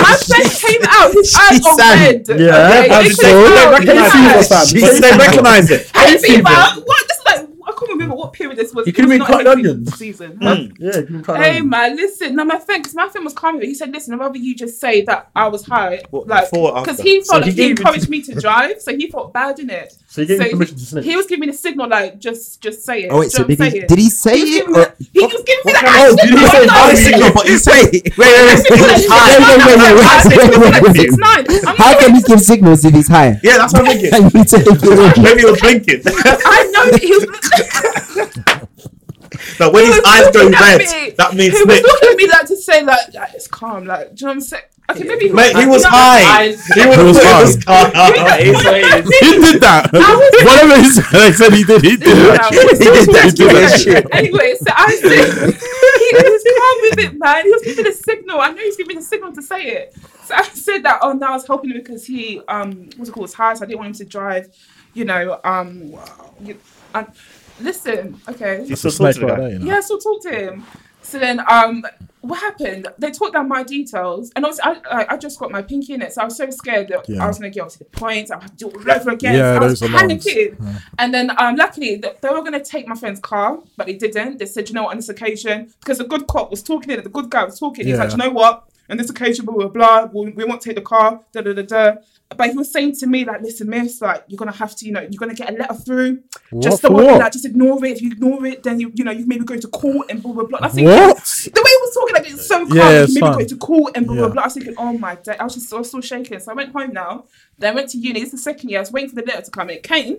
Speaker 5: My friend came out, his eyes are
Speaker 2: sang.
Speaker 5: red.
Speaker 8: Yeah,
Speaker 5: okay?
Speaker 8: that's
Speaker 5: They
Speaker 8: so-
Speaker 5: came
Speaker 8: they
Speaker 5: out,
Speaker 8: recognise
Speaker 5: yeah.
Speaker 8: you as that.
Speaker 2: She said recognize it.
Speaker 5: Hay
Speaker 8: Hay
Speaker 5: fever.
Speaker 8: fever.
Speaker 5: What? This is like I can't remember what period this was.
Speaker 8: You
Speaker 5: It
Speaker 8: could've
Speaker 5: was
Speaker 8: been
Speaker 5: not
Speaker 8: cutting
Speaker 5: hay fever
Speaker 8: onions.
Speaker 5: Season.
Speaker 8: yeah, you can't.
Speaker 5: Hey man, listen. No, my friend, because my friend was calm with it. He said, "Listen, I'd rather you just say that I was high,
Speaker 3: What,
Speaker 5: like,
Speaker 3: before or
Speaker 5: because
Speaker 3: after?
Speaker 5: he felt
Speaker 8: So
Speaker 5: like
Speaker 8: he
Speaker 5: he
Speaker 8: gave you-
Speaker 5: encouraged me to drive, so he felt bad in it.
Speaker 8: So you gave
Speaker 5: So
Speaker 8: me permission to snitch.
Speaker 5: He was giving me the signal, like, just, just say it.
Speaker 2: Oh wait,
Speaker 5: Do
Speaker 2: so
Speaker 5: you know what
Speaker 2: did
Speaker 5: I'm
Speaker 2: he
Speaker 5: saying?
Speaker 2: did he say
Speaker 5: was
Speaker 2: it?
Speaker 5: giving me
Speaker 2: or-
Speaker 5: that- He was giving me that.
Speaker 2: Oh, did he say
Speaker 5: I
Speaker 2: bad signal? But you say wait, wait,
Speaker 5: Wait,
Speaker 2: How can he give signals if he's high?
Speaker 3: Yeah, that's what I'm thinking.
Speaker 2: And you take it.
Speaker 3: Maybe he was blinking.
Speaker 5: I know that he was.
Speaker 3: but when
Speaker 5: he
Speaker 3: his
Speaker 5: was
Speaker 3: eyes go
Speaker 5: looking at
Speaker 3: red,
Speaker 5: me.
Speaker 3: that means
Speaker 5: He was
Speaker 3: snitch.
Speaker 5: looking at me like to say like, like it's calm, like do you know what I'm saying? Okay, maybe he
Speaker 3: Mate, he was
Speaker 5: No,
Speaker 3: high.
Speaker 7: Eyes.
Speaker 3: He
Speaker 4: He was
Speaker 3: was
Speaker 5: Yeah,
Speaker 3: high.
Speaker 5: he was high.
Speaker 4: He did that.
Speaker 5: I was-
Speaker 4: Whatever he said, they said he did. He did
Speaker 5: Yeah.
Speaker 4: it.
Speaker 2: He did that.
Speaker 4: He did that
Speaker 2: shit.
Speaker 5: Anyway, so I said he was calm with it, man. He was giving me the signal. I know he was giving me the signal to say it. So I said that. Oh, no, I was helping him because he um what's it called? Was high, so I didn't want him to drive. You know, um. You, and listen, okay.
Speaker 3: He's
Speaker 4: It's a snake right there, you know.
Speaker 5: Yeah, so talk to him. So then, um, what happened? They took down my details, and obviously, I, I, I just got my pinky in it, so I was so scared that
Speaker 4: Yeah.
Speaker 5: I was going to get obviously the points. I would have to do it all over again.
Speaker 4: Yeah,
Speaker 5: I was
Speaker 4: those are ones.
Speaker 5: panicking. And then, um, luckily, th- they were going to take my friend's car, but they didn't. They said, you know, what, on this occasion, because the good cop was talking, and the good guy was talking. He was like,
Speaker 4: Yeah.
Speaker 5: you know what? On this occasion, blah blah blah. We, we won't take the car. Da da da da. But he was saying to me like, listen, miss, like you're gonna have to, you know, you're gonna get a letter through. Just
Speaker 4: for
Speaker 5: don't worry,
Speaker 4: what?
Speaker 5: like, just ignore it. If you ignore it, then you you know you maybe go to court and blah blah blah. I think
Speaker 4: What?
Speaker 5: the way he was talking, like it's so calm.
Speaker 4: Yeah,
Speaker 5: like,
Speaker 4: it's
Speaker 5: you maybe go
Speaker 4: fine.
Speaker 5: to court and blah blah
Speaker 4: Yeah.
Speaker 5: blah. I was thinking, oh my day, I was just I was still shaking. So I went home now. Then I went to uni. It's the second year. I was waiting for the letter to come. It came,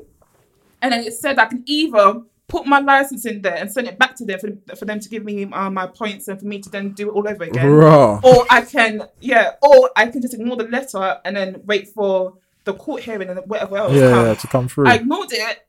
Speaker 5: and then it said I can either put my license in there and send it back to them for, for them to give me uh, my points and for me to then do it all over again
Speaker 4: Bruh.
Speaker 5: or I can, yeah, or I can just ignore the letter and then wait for the court hearing and whatever else.
Speaker 4: Yeah, Ah. yeah,
Speaker 5: comes.
Speaker 4: to come through.
Speaker 5: Oh, I ignored it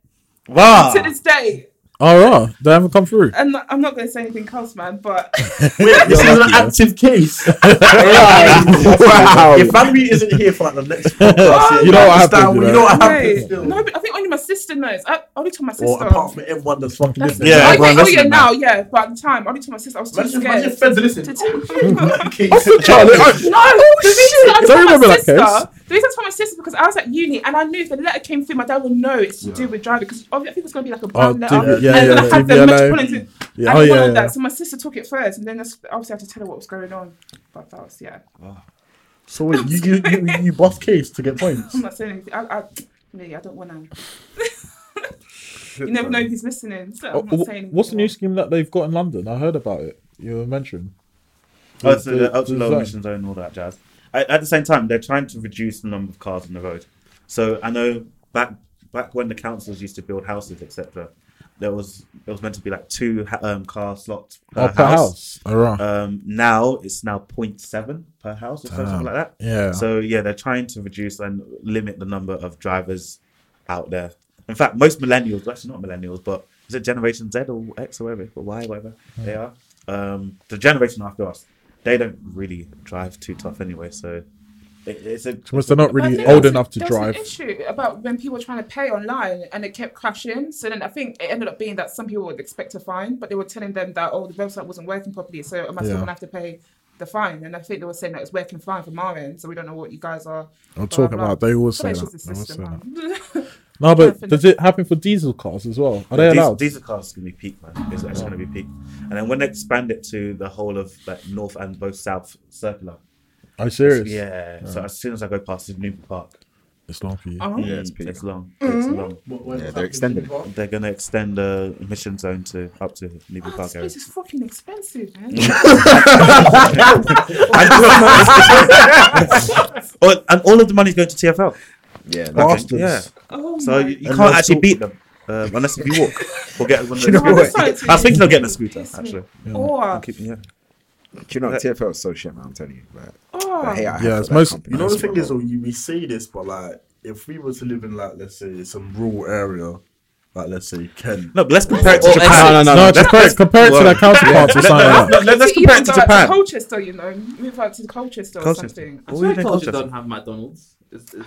Speaker 3: Wow.
Speaker 5: to this day,
Speaker 4: Oh, right. They haven't come through.
Speaker 5: and I'm not going to say anything else, man. But
Speaker 8: this is an
Speaker 4: lucky, though.
Speaker 8: active case.
Speaker 2: Wow.
Speaker 8: If Valerie isn't here for like the next podcast,
Speaker 4: You know what
Speaker 8: understand
Speaker 4: happened,
Speaker 8: what-
Speaker 4: you
Speaker 8: You know what
Speaker 5: no,
Speaker 8: happened. still.
Speaker 5: no, but I think only my sister knows. I I only told my sister.
Speaker 8: Or apart from everyone that's fucking
Speaker 5: That's
Speaker 8: listening.
Speaker 3: Yeah,
Speaker 5: oh,
Speaker 3: everyone
Speaker 5: yeah, oh, yeah,
Speaker 3: listening
Speaker 5: now, yeah. But at the time, I only told my sister I was too
Speaker 8: Imagine,
Speaker 5: scared.
Speaker 8: imagine if feds are
Speaker 5: to
Speaker 8: listening.
Speaker 5: tell-
Speaker 4: Charlie,
Speaker 5: No, the reason I
Speaker 4: Oh, Don't
Speaker 5: told my
Speaker 4: remember that
Speaker 5: sister.
Speaker 4: case.
Speaker 5: The reason I told my sister because I was at uni and I knew if the letter came through, my dad would know it's to do with driving because I think it's going to be like a
Speaker 4: Oh,
Speaker 5: brown letter.
Speaker 4: DB, yeah,
Speaker 5: and
Speaker 4: yeah,
Speaker 5: then I had the
Speaker 4: DBLA.
Speaker 5: metropolitan. and
Speaker 4: Yeah, oh,
Speaker 5: all
Speaker 4: yeah,
Speaker 5: of
Speaker 4: yeah.
Speaker 5: that. So my sister took it first, and then that's, obviously I had to tell her what was going on. But that was yeah.
Speaker 8: So wait, you you you, you, you bust case to get points.
Speaker 5: I'm not saying anything. I, I, really, I don't want to. you never know who's listening. So
Speaker 4: Oh,
Speaker 5: I'm not
Speaker 4: wh-
Speaker 5: saying.
Speaker 4: What's the new
Speaker 5: anything.
Speaker 4: scheme that they've got in London? I heard about it. You were mentioning.
Speaker 3: Oh, so
Speaker 4: The-
Speaker 3: the ultra
Speaker 4: the
Speaker 3: low
Speaker 4: zone.
Speaker 3: emission zone, all that jazz. At, at the same time, they're trying to reduce the number of cars on the road. So I know back back when the councils used to build houses, etc., there was it was meant to be like two ha- um, car slots per
Speaker 4: Oh,
Speaker 3: house.
Speaker 4: per house. All right.
Speaker 3: Um, now it's now 0.7 per house or
Speaker 4: Damn.
Speaker 3: something like that.
Speaker 4: Yeah.
Speaker 3: So yeah, they're trying to reduce and limit the number of drivers out there. In fact, most millennials, well, actually not millennials, but is it Generation Z or X or whatever, or Y, whatever
Speaker 4: Hmm.
Speaker 3: they are, um, the generation after us, they don't really drive too tough anyway. So It, it's a
Speaker 4: Whilst they're not
Speaker 5: But I
Speaker 4: really
Speaker 5: think
Speaker 4: old
Speaker 5: there was-
Speaker 4: enough to
Speaker 5: there was an
Speaker 4: drive.
Speaker 5: issue about when people were trying to pay online and it kept crashing. So then I think it ended up being that some people would expect a fine, but they were telling them that oh the website wasn't working properly, so am I still
Speaker 4: Yeah.
Speaker 5: gonna have to pay the fine? And I think they were saying that it's working fine from our end, so we don't know what you guys are. blah,
Speaker 4: I'm talking
Speaker 5: blah.
Speaker 4: about. They always
Speaker 5: But
Speaker 4: say
Speaker 5: it's
Speaker 4: that.
Speaker 5: just the
Speaker 4: They always say
Speaker 5: system,
Speaker 4: that.
Speaker 5: man.
Speaker 4: No, but
Speaker 5: Definitely.
Speaker 4: does it happen for diesel cars as well? Are they
Speaker 3: Diesel-
Speaker 4: allowed?
Speaker 3: Diesel cars gonna be peak, man. It's, it's gonna be peak. And then when they expand it to the whole of like north and both south circular,
Speaker 4: Are you serious?
Speaker 3: yeah. So as soon as I go past the new park,
Speaker 4: It's long for you.
Speaker 5: Oh.
Speaker 2: Yeah, it's peak.
Speaker 3: it's long.
Speaker 5: Mm-hmm.
Speaker 3: It's long.
Speaker 2: Yeah, they're extending it.
Speaker 3: They're gonna extend the emission zone to up to Newby
Speaker 5: Oh, this
Speaker 3: Park area.
Speaker 5: place is fucking expensive, man.
Speaker 3: Oh, and all of the money's going to TFL.
Speaker 2: Yeah,
Speaker 4: Bastards.
Speaker 3: Yeah.
Speaker 5: oh
Speaker 3: So
Speaker 5: my
Speaker 3: you, you
Speaker 4: And
Speaker 3: can't
Speaker 4: they're
Speaker 3: actually
Speaker 4: still-
Speaker 3: beat them uh, unless if you walk or get one of those.
Speaker 2: know
Speaker 5: I'm
Speaker 2: what?
Speaker 3: scooters.
Speaker 5: sorry to
Speaker 3: I was thinking
Speaker 5: you.
Speaker 3: of getting a scooter actually.
Speaker 5: Or
Speaker 3: Keep- yeah.
Speaker 2: Do you know what? TFL is so shit, man. I'm telling you. But
Speaker 5: or
Speaker 2: the hate I have
Speaker 4: Yeah,
Speaker 2: for
Speaker 4: it's
Speaker 2: that
Speaker 4: most-
Speaker 2: company
Speaker 8: You know the
Speaker 2: is
Speaker 8: thing is,
Speaker 2: horrible.
Speaker 8: though, you we say this, but like, if we were to live in like, let's say, some rural area, like let's say Kent,
Speaker 3: No, but let's compare it to
Speaker 2: Or
Speaker 3: Japan.
Speaker 2: exit.
Speaker 4: No, just compare it, compare it to their counterparts or something like that.
Speaker 3: Let- Let's
Speaker 5: You
Speaker 3: compare
Speaker 5: even
Speaker 3: it
Speaker 5: go
Speaker 3: to
Speaker 5: out
Speaker 3: Japan.
Speaker 5: Colchester, you know, move out to Colchester, or
Speaker 3: Colchester.
Speaker 5: something.
Speaker 3: What
Speaker 7: What
Speaker 3: were you
Speaker 7: we
Speaker 3: doing
Speaker 7: culture
Speaker 3: Colchester?
Speaker 7: don't have McDonald's. Is, is,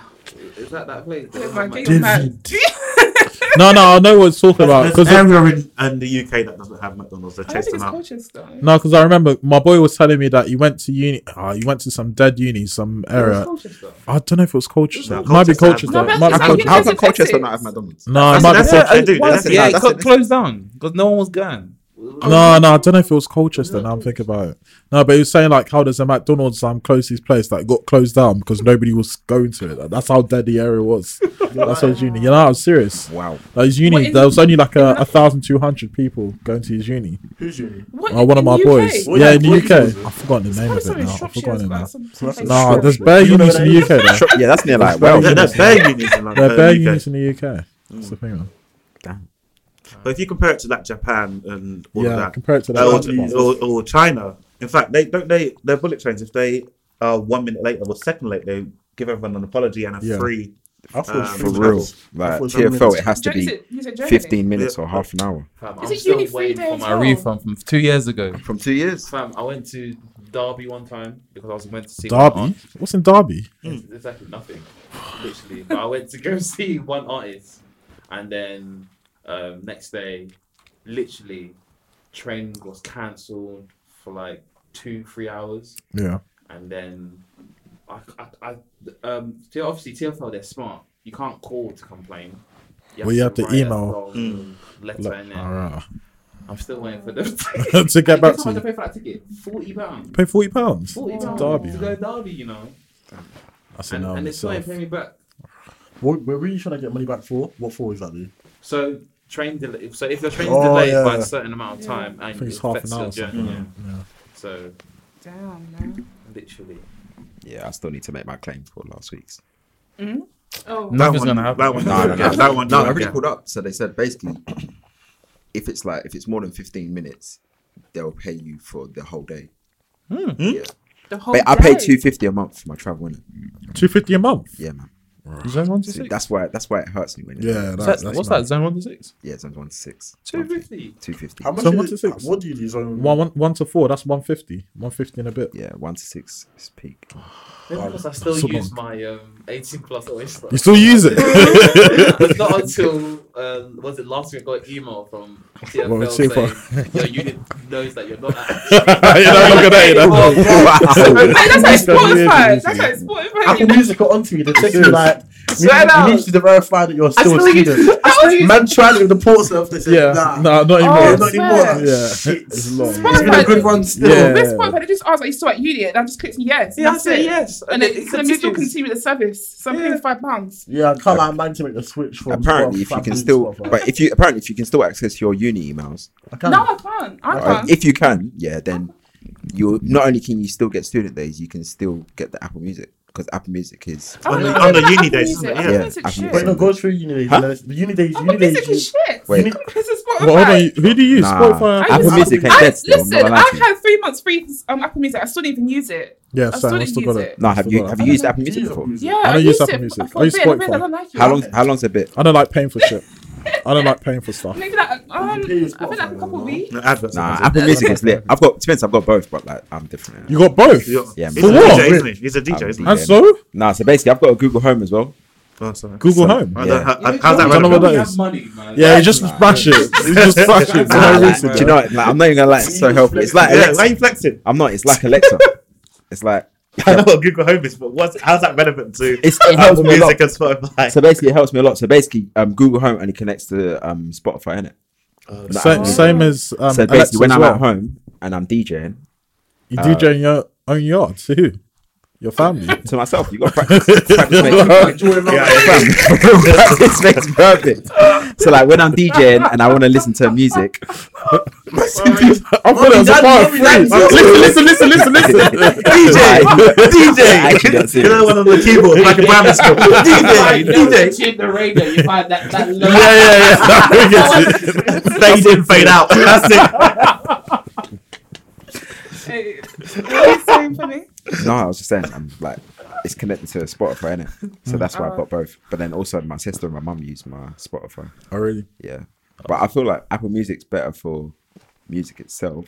Speaker 7: is that that place?
Speaker 5: Yeah,
Speaker 7: Don't
Speaker 5: man,
Speaker 7: have
Speaker 5: get your
Speaker 7: McDonald's.
Speaker 5: man.
Speaker 4: No, no, I know what it's talking about.
Speaker 3: There's
Speaker 4: Cause
Speaker 3: area in, in the UK that doesn't have McDonald's. They
Speaker 5: I don't
Speaker 3: chase
Speaker 5: think
Speaker 3: them
Speaker 5: it's
Speaker 3: out.
Speaker 5: Colchester.
Speaker 4: no, because I remember my boy was telling me that he went to uni. Ah, he went to some dead uni, some
Speaker 7: It's
Speaker 4: area.
Speaker 7: Colchester.
Speaker 4: I don't know if it was Colchester.
Speaker 3: No,
Speaker 4: It might be
Speaker 3: Colchester.
Speaker 4: Colchester. It
Speaker 5: No,
Speaker 4: might
Speaker 5: that's-
Speaker 4: be
Speaker 2: How
Speaker 5: Because
Speaker 2: come, how come
Speaker 5: it's Essex.
Speaker 4: Colchester.
Speaker 2: Colchester not have McDonald's?
Speaker 4: No, it
Speaker 3: That's-
Speaker 4: might be
Speaker 3: that's
Speaker 4: Colchester.
Speaker 3: what they do.
Speaker 2: That's
Speaker 3: They-
Speaker 2: it.
Speaker 7: Yeah, it
Speaker 2: that's
Speaker 7: got
Speaker 2: it.
Speaker 7: closed down because no one was going.
Speaker 4: No, no, I don't know if it was Colchester. Now I'm thinking about it. No, but he was saying like how there's a McDonald's um closest place that got closed down because nobody was going to it. Like, that's how dead the area was. That's his uni. You know, I was serious.
Speaker 2: Wow.
Speaker 4: Like his
Speaker 5: What,
Speaker 4: uni,
Speaker 5: in-
Speaker 4: there was only like a, a thousand two hundred people going to his uni.
Speaker 8: who's you?
Speaker 5: What,
Speaker 4: Uh, one of
Speaker 5: in
Speaker 4: my
Speaker 5: the
Speaker 4: boys.
Speaker 5: UK?
Speaker 8: What
Speaker 4: yeah, in
Speaker 8: is-
Speaker 4: the
Speaker 8: what is
Speaker 4: UK.
Speaker 8: it?
Speaker 4: I've forgotten the name of
Speaker 5: Probably something
Speaker 4: it now. I've
Speaker 5: Shropshire
Speaker 4: forgotten
Speaker 5: as
Speaker 4: it
Speaker 5: well,
Speaker 4: now.
Speaker 5: some- some place
Speaker 4: Nah,
Speaker 5: in
Speaker 4: there's
Speaker 5: Shropshire.
Speaker 4: bare
Speaker 8: You know
Speaker 4: unis in
Speaker 8: where
Speaker 4: the UK. Now.
Speaker 2: Sure, Yeah, that's near like
Speaker 4: very
Speaker 2: well.
Speaker 4: good.
Speaker 3: They're, they're bare unis in like,
Speaker 4: There
Speaker 3: uh,
Speaker 4: are Oh, bare
Speaker 3: UK.
Speaker 4: unis in the UK. That's the thing, man.
Speaker 3: But if you compare it to like Japan and all
Speaker 4: Yeah,
Speaker 3: of that,
Speaker 4: compared to that.
Speaker 3: uh,
Speaker 4: other
Speaker 3: or,
Speaker 4: one.
Speaker 3: or, or China, in fact, they don't they their bullet trains. If they are one minute late or second late, they give everyone an apology and a
Speaker 4: Yeah.
Speaker 3: free.
Speaker 8: I thought
Speaker 3: Um,
Speaker 8: it
Speaker 2: For
Speaker 8: was
Speaker 2: real.
Speaker 8: I
Speaker 2: Like,
Speaker 8: thought it was
Speaker 2: TFL, it has to
Speaker 5: Ger- is
Speaker 2: be
Speaker 5: it- is it Germany?
Speaker 2: 15 minutes or half an hour.
Speaker 6: Fam,
Speaker 5: Is
Speaker 6: I'm
Speaker 5: it
Speaker 6: still
Speaker 5: uni free
Speaker 6: waiting
Speaker 5: day
Speaker 6: for
Speaker 5: as
Speaker 6: my
Speaker 5: well?
Speaker 6: refund from two years ago.
Speaker 2: From two years?
Speaker 6: Fam, I went to Derby one time because I was meant to see my
Speaker 4: Derby?
Speaker 6: aunt.
Speaker 4: What's in Derby?
Speaker 6: It's exactly nothing, literally. But I went to go see one artist, and then um, next day, literally, train was cancelled for like two, three hours,
Speaker 4: Yeah.
Speaker 6: and then I, I, I um, T- obviously TFL they're smart. You can't call to complain.
Speaker 4: Well, you have to
Speaker 6: write a
Speaker 4: email. Hmm.
Speaker 6: long Letter
Speaker 4: Look,
Speaker 6: in
Speaker 4: all
Speaker 6: there.
Speaker 4: right.
Speaker 6: I'm still waiting for them
Speaker 4: To get back to
Speaker 6: you.
Speaker 4: you.
Speaker 6: pay for that ticket? Forty pounds.
Speaker 4: Pay forty pounds.
Speaker 6: Forty pounds
Speaker 4: Derby,
Speaker 6: to
Speaker 4: man.
Speaker 6: go Derby, you know.
Speaker 4: That's
Speaker 6: And,
Speaker 4: enough.
Speaker 6: and it's not even
Speaker 4: itself.
Speaker 6: paying me back.
Speaker 8: What, were you trying to get money back for? What for exactly?
Speaker 6: So train delay. So if your train's
Speaker 8: Oh,
Speaker 6: delayed
Speaker 8: yeah.
Speaker 6: by a certain amount of time,
Speaker 4: I
Speaker 6: and
Speaker 4: think
Speaker 6: it
Speaker 4: it's half an
Speaker 6: affects
Speaker 4: hour.
Speaker 6: your
Speaker 4: or
Speaker 6: journey.
Speaker 4: something.
Speaker 6: yeah.
Speaker 4: Yeah.
Speaker 6: So
Speaker 5: Damn, man.
Speaker 6: literally,
Speaker 2: Yeah, I still need to make my claim for last week's.
Speaker 5: Oh,
Speaker 7: Nothing's gonna happen.
Speaker 3: That one,
Speaker 2: No, no, no,
Speaker 3: that one,
Speaker 2: no. I
Speaker 3: no,
Speaker 2: really called up. So they said basically, if it's like if it's more than fifteen minutes, they'll pay you for the whole day. Yeah.
Speaker 5: the whole
Speaker 2: But I pay
Speaker 5: day.
Speaker 2: two fifty a month for my travel. Innit?
Speaker 4: Two fifty a month.
Speaker 2: Yeah, man.
Speaker 4: Is that one?
Speaker 2: So that's why that's why it hurts me when. It's,
Speaker 4: Yeah,
Speaker 7: Is
Speaker 4: that,
Speaker 7: that-
Speaker 4: that's
Speaker 7: what's
Speaker 4: mad.
Speaker 7: that? Zone one to six.
Speaker 2: Yeah, it's under one six.
Speaker 6: two fifty.
Speaker 2: Two fifty.
Speaker 8: How much?
Speaker 4: So
Speaker 8: is
Speaker 4: one
Speaker 8: it-
Speaker 4: to six.
Speaker 8: What do you do? So
Speaker 4: One, one, one to four. That's one fifty. One fifty and a bit.
Speaker 2: Yeah, one to six is peak.
Speaker 6: Maybe because I still
Speaker 4: so
Speaker 6: use my um, eighteen plus oyster.
Speaker 4: You still use it?
Speaker 6: It's not until uh,
Speaker 7: um,
Speaker 6: was it last week I got an email from
Speaker 4: Well,
Speaker 6: TFL
Speaker 4: it's too far.
Speaker 6: saying your unit knows that you're not. At-
Speaker 4: you know, look at that. You know.
Speaker 5: Hey, that's how it's
Speaker 4: That's
Speaker 5: Spotify.
Speaker 4: amazing.
Speaker 5: That's how it's Spotify. you
Speaker 8: Apple
Speaker 5: know.
Speaker 8: Music are onto you. They're taking you like, we,
Speaker 5: Straight
Speaker 8: we
Speaker 5: out.
Speaker 8: need you to verify that you're
Speaker 5: I
Speaker 8: still a
Speaker 5: still use-
Speaker 8: student.
Speaker 5: I still use-
Speaker 8: Man tried it with the port stuff. They said,
Speaker 4: Yeah,
Speaker 8: nah.
Speaker 4: no, not
Speaker 8: Yeah,
Speaker 5: Oh,
Speaker 4: anymore.
Speaker 8: not
Speaker 5: swear.
Speaker 8: anymore.
Speaker 4: Yeah.
Speaker 8: Shit.
Speaker 4: It's long.
Speaker 8: It's been a good one still.
Speaker 4: Yeah.
Speaker 5: This Spotify, they just asked, are you still at uni? And I just clicked yes.
Speaker 6: yeah, I
Speaker 5: that's
Speaker 6: said
Speaker 5: it.
Speaker 6: yes,
Speaker 5: And
Speaker 6: then
Speaker 5: it, it's going to still continue the service. So I'm
Speaker 6: Yeah.
Speaker 5: paying five pounds.
Speaker 8: Yeah, I can't like man to make the switch from.
Speaker 2: Apparently, if you
Speaker 8: Spotify
Speaker 2: can
Speaker 8: to
Speaker 2: still,
Speaker 8: Spotify.
Speaker 2: but if you apparently if you can still access your uni emails,
Speaker 8: I can't.
Speaker 5: No, I can't. I
Speaker 2: uh,
Speaker 5: can't.
Speaker 2: if you can, yeah, then you not only can you still get student days, you can still get the Apple Music because Apple Music is
Speaker 5: I don't
Speaker 3: On
Speaker 5: know
Speaker 3: the-
Speaker 5: about
Speaker 3: on the
Speaker 5: Apple
Speaker 3: uni days,
Speaker 5: Music.
Speaker 3: isn't it?
Speaker 5: Apple
Speaker 2: Yeah,
Speaker 5: Music
Speaker 2: Apple
Speaker 5: shit.
Speaker 8: Wait,
Speaker 2: Music.
Speaker 8: no, go through uni days.
Speaker 2: Huh?
Speaker 8: no, The uni days,
Speaker 5: Apple
Speaker 8: uni
Speaker 5: Music is
Speaker 8: days.
Speaker 5: shit.
Speaker 2: Wait.
Speaker 5: This is Spotify.
Speaker 4: Well, hold on. you- Who do you use?
Speaker 2: Nah.
Speaker 4: Spotify.
Speaker 5: I
Speaker 4: Apple
Speaker 2: Apple
Speaker 5: use-
Speaker 4: Music.
Speaker 2: Music ain't
Speaker 5: I,
Speaker 2: dead still. I'm
Speaker 5: listen,
Speaker 2: not gonna lie
Speaker 5: I
Speaker 2: to you.
Speaker 5: had three months free um, Apple Music. I still didn't even use it.
Speaker 4: Yeah,
Speaker 5: I
Speaker 4: so
Speaker 5: still
Speaker 4: I
Speaker 5: didn't
Speaker 4: still
Speaker 5: use
Speaker 4: got it.
Speaker 5: it.
Speaker 2: No, have you
Speaker 4: I
Speaker 2: have
Speaker 4: don't
Speaker 2: you used
Speaker 5: know.
Speaker 2: Apple Music
Speaker 8: Jesus.
Speaker 2: before?
Speaker 5: Yeah,
Speaker 4: I
Speaker 5: I,
Speaker 4: don't use
Speaker 5: used
Speaker 4: Apple
Speaker 5: it
Speaker 4: Music.
Speaker 5: for
Speaker 4: I
Speaker 5: a
Speaker 4: use
Speaker 5: bit, and then
Speaker 4: Spotify.
Speaker 5: I don't like it.
Speaker 2: How long how long's a bit?
Speaker 4: I don't like paying for shit. I don't like paying for stuff.
Speaker 5: Maybe like um, I
Speaker 8: pay your
Speaker 5: think like
Speaker 8: Spotify
Speaker 5: a couple
Speaker 8: though,
Speaker 5: weeks.
Speaker 3: No, adverts.
Speaker 2: Nah,
Speaker 3: are
Speaker 2: Apple Music is lit. I've got, to be honest, I've got both, but like, I'm different.
Speaker 4: You got both.
Speaker 3: You're-
Speaker 2: Yeah,
Speaker 3: he's
Speaker 2: man.
Speaker 3: a
Speaker 4: For what?
Speaker 3: DJ, isn't he? He's a DJ, isn't he?
Speaker 4: And so
Speaker 2: Nah, so basically, I've got a Google Home as well.
Speaker 3: Oh, sorry.
Speaker 4: Google
Speaker 2: So-
Speaker 4: Home.
Speaker 3: I don't- how-
Speaker 7: You
Speaker 3: how's that
Speaker 7: don't
Speaker 4: know
Speaker 3: relevant?
Speaker 4: what that
Speaker 7: You have
Speaker 4: is.
Speaker 7: money, man.
Speaker 4: Yeah, you just smash it. You just smash it for
Speaker 2: Nah,
Speaker 4: no
Speaker 2: like,
Speaker 4: reason.
Speaker 2: do you know what? Like, I'm not even gonna lie, it's so helpful. It's like
Speaker 3: Yeah,
Speaker 2: Alexa.
Speaker 3: why are you flexing?
Speaker 2: I'm not. It's like Alexa. it's like
Speaker 3: I know what Google Home is, but what's, how's that relevant to
Speaker 2: it's, it helps
Speaker 3: Apple
Speaker 2: me a lot.
Speaker 3: Music and Spotify?
Speaker 2: So basically, it helps me a lot. So basically, um, Google Home only connects to um, Spotify, innit? it?
Speaker 4: Sa- same as Uh, um,
Speaker 2: so basically,
Speaker 4: Alexa
Speaker 2: when
Speaker 4: as
Speaker 2: I'm
Speaker 4: well.
Speaker 2: at Uh. home and I'm DJing
Speaker 4: you DJ in your own yard to who? Your family.
Speaker 2: to myself, you got to practice. practice makes
Speaker 3: Yeah,
Speaker 2: practice makes perfect. So like when I'm DJing and I want to listen to music,
Speaker 4: I'm putting it as a part of free. Listen, listen, listen, listen, listen.
Speaker 2: DJ, DJ, I actually don't see
Speaker 3: You know,
Speaker 2: it.
Speaker 3: one on the keyboard, like a primary school.
Speaker 7: Like,
Speaker 3: DJ,
Speaker 7: no,
Speaker 3: DJ.
Speaker 7: Chin the radio. You find that that low.
Speaker 4: Yeah, yeah, yeah.
Speaker 3: Fade in, fade out. That's it.
Speaker 5: Hey, what are you saying, Penny?
Speaker 2: No, I was just saying, I'm like, it's connected to Spotify, innit? So that's why I've got both. But then also, my sister and my mum use my Spotify.
Speaker 4: Oh, really?
Speaker 2: Yeah. But I feel like Apple Music's better for music itself.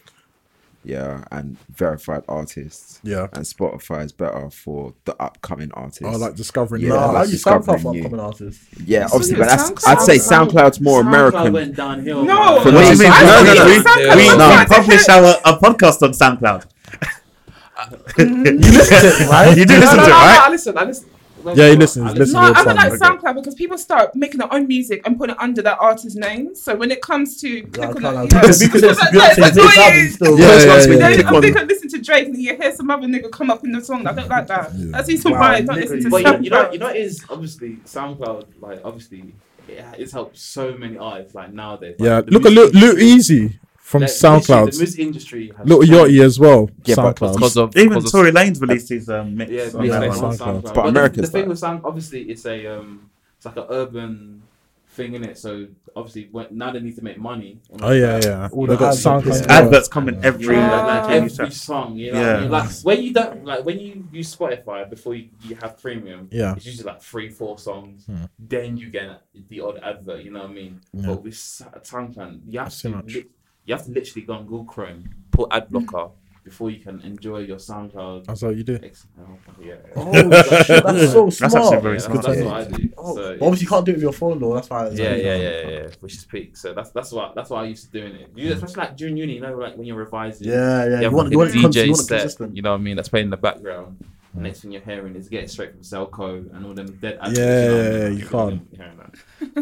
Speaker 2: Yeah, and verified artists.
Speaker 4: Yeah.
Speaker 2: And Spotify is better for the upcoming artists.
Speaker 4: Oh, like discovering
Speaker 2: Yeah,
Speaker 8: Nah,
Speaker 4: yeah.
Speaker 8: I
Speaker 2: that's
Speaker 8: use SoundCloud for
Speaker 2: discovering you.
Speaker 8: upcoming artists.
Speaker 2: yeah, obviously,
Speaker 5: Isn't
Speaker 2: but
Speaker 5: it
Speaker 2: that's
Speaker 5: SoundCloud?
Speaker 2: I'd say
Speaker 5: SoundCloud-
Speaker 2: SoundCloud's more
Speaker 7: SoundCloud
Speaker 2: American.
Speaker 7: went downhill.
Speaker 5: No.
Speaker 2: For
Speaker 5: No,
Speaker 2: me,
Speaker 5: I
Speaker 2: it's
Speaker 5: think
Speaker 2: not. No, no,
Speaker 5: SoundCloud's
Speaker 2: no.
Speaker 5: not
Speaker 2: We-
Speaker 3: We,
Speaker 5: like
Speaker 2: no.
Speaker 3: we
Speaker 5: that.
Speaker 3: publish our a podcast on SoundCloud.
Speaker 8: You listen to it, right?
Speaker 3: You do
Speaker 5: No,
Speaker 3: listen
Speaker 5: no, no,
Speaker 3: to it,
Speaker 5: no, I
Speaker 3: right?
Speaker 5: listen, I listen.
Speaker 4: Yeah, he listens. listens
Speaker 5: No,
Speaker 4: to
Speaker 5: I don't like
Speaker 4: Soundcloud.
Speaker 5: SoundCloud because people start making their own music and putting it under that artist's name. So when it comes to
Speaker 8: I
Speaker 5: click
Speaker 8: can't
Speaker 5: on
Speaker 8: lie.
Speaker 5: that, yeah.
Speaker 8: Because Beyonce's
Speaker 5: That's
Speaker 8: next
Speaker 5: annoying.
Speaker 8: album still.
Speaker 4: Yeah,
Speaker 5: You
Speaker 4: yeah,
Speaker 5: know,
Speaker 4: yeah, yeah,
Speaker 5: I
Speaker 4: yeah.
Speaker 5: think I listen to Drake and you hear some other nigga come up in the song. I don't like that. That's the reason
Speaker 8: Wow,
Speaker 5: why I don't
Speaker 8: nigga,
Speaker 5: listen to
Speaker 8: you-
Speaker 7: But you know, you know,
Speaker 5: SoundCloud.
Speaker 7: you know, it is obviously SoundCloud. Like obviously, it, ha- it's helped so many artists. Like nowadays. Like,
Speaker 4: Yeah,
Speaker 7: the
Speaker 4: look at
Speaker 7: music-
Speaker 4: Lil, Lil Easy from
Speaker 7: like, literally, The
Speaker 4: SoundCloud.
Speaker 7: music industry. Has
Speaker 4: Little
Speaker 7: changed.
Speaker 4: Yachty as well.
Speaker 2: Yeah, but
Speaker 4: SoundCloud.
Speaker 6: of
Speaker 3: Even Tory Lane's released his um, mix.
Speaker 7: Yeah,
Speaker 3: on
Speaker 7: yeah,
Speaker 3: that
Speaker 7: on
Speaker 4: SoundCloud.
Speaker 3: one.
Speaker 7: SoundCloud.
Speaker 2: But
Speaker 7: the-
Speaker 2: America's
Speaker 7: the,
Speaker 2: like-
Speaker 7: thing with sound, obviously, it's a um, it's like an urban thing in it. So obviously, when, now they need to make money.
Speaker 4: Oh yeah, yeah.
Speaker 8: All
Speaker 4: They
Speaker 8: the
Speaker 4: got
Speaker 8: ads and
Speaker 4: SoundCloud.
Speaker 8: pissed
Speaker 4: as well.
Speaker 3: Adverts come in every
Speaker 5: Yeah.
Speaker 7: Like,
Speaker 3: like,
Speaker 7: every
Speaker 3: every track.
Speaker 7: song, you know,
Speaker 3: Yeah.
Speaker 7: what I mean? like when you don't like when you use Spotify before you, you have premium,
Speaker 4: Yeah.
Speaker 7: it's usually like three, four songs,
Speaker 4: Hmm.
Speaker 7: then you get the odd advert, you know what I mean?
Speaker 4: Yeah.
Speaker 7: But with Sa- SoundCloud, you have to
Speaker 4: That's too much. Hmm.
Speaker 7: li- you have to literally go on Google Chrome, put ad blocker before you can enjoy your SoundCloud.
Speaker 4: That's what you do.
Speaker 7: Ex- oh, yeah,
Speaker 8: Oh, shit, that's so
Speaker 3: That's actually
Speaker 8: smart.
Speaker 3: very
Speaker 7: Yeah,
Speaker 3: smart.
Speaker 7: that's
Speaker 4: idea.
Speaker 7: what I do.
Speaker 8: Oh,
Speaker 7: so,
Speaker 8: but obviously, you can't do it with your phone though. That's why. it's
Speaker 7: yeah,
Speaker 8: like-
Speaker 7: yeah, yeah, yeah, yeah, which is peak. So that's that's why that's why I used to doing it. You, especially like during uni, you know, like when you're revising.
Speaker 8: Yeah, yeah. You want, you want
Speaker 7: like
Speaker 8: it
Speaker 7: a
Speaker 8: cons- you
Speaker 7: DJ
Speaker 8: want it
Speaker 7: set.
Speaker 8: consistent.
Speaker 7: You know what I mean? That's playing in the background. The next thing you're hearing is getting straight from Selco and all them dead. adverts,
Speaker 4: Yeah,
Speaker 7: you know what I
Speaker 4: yeah,
Speaker 7: mean?
Speaker 4: you
Speaker 7: You're hearing that.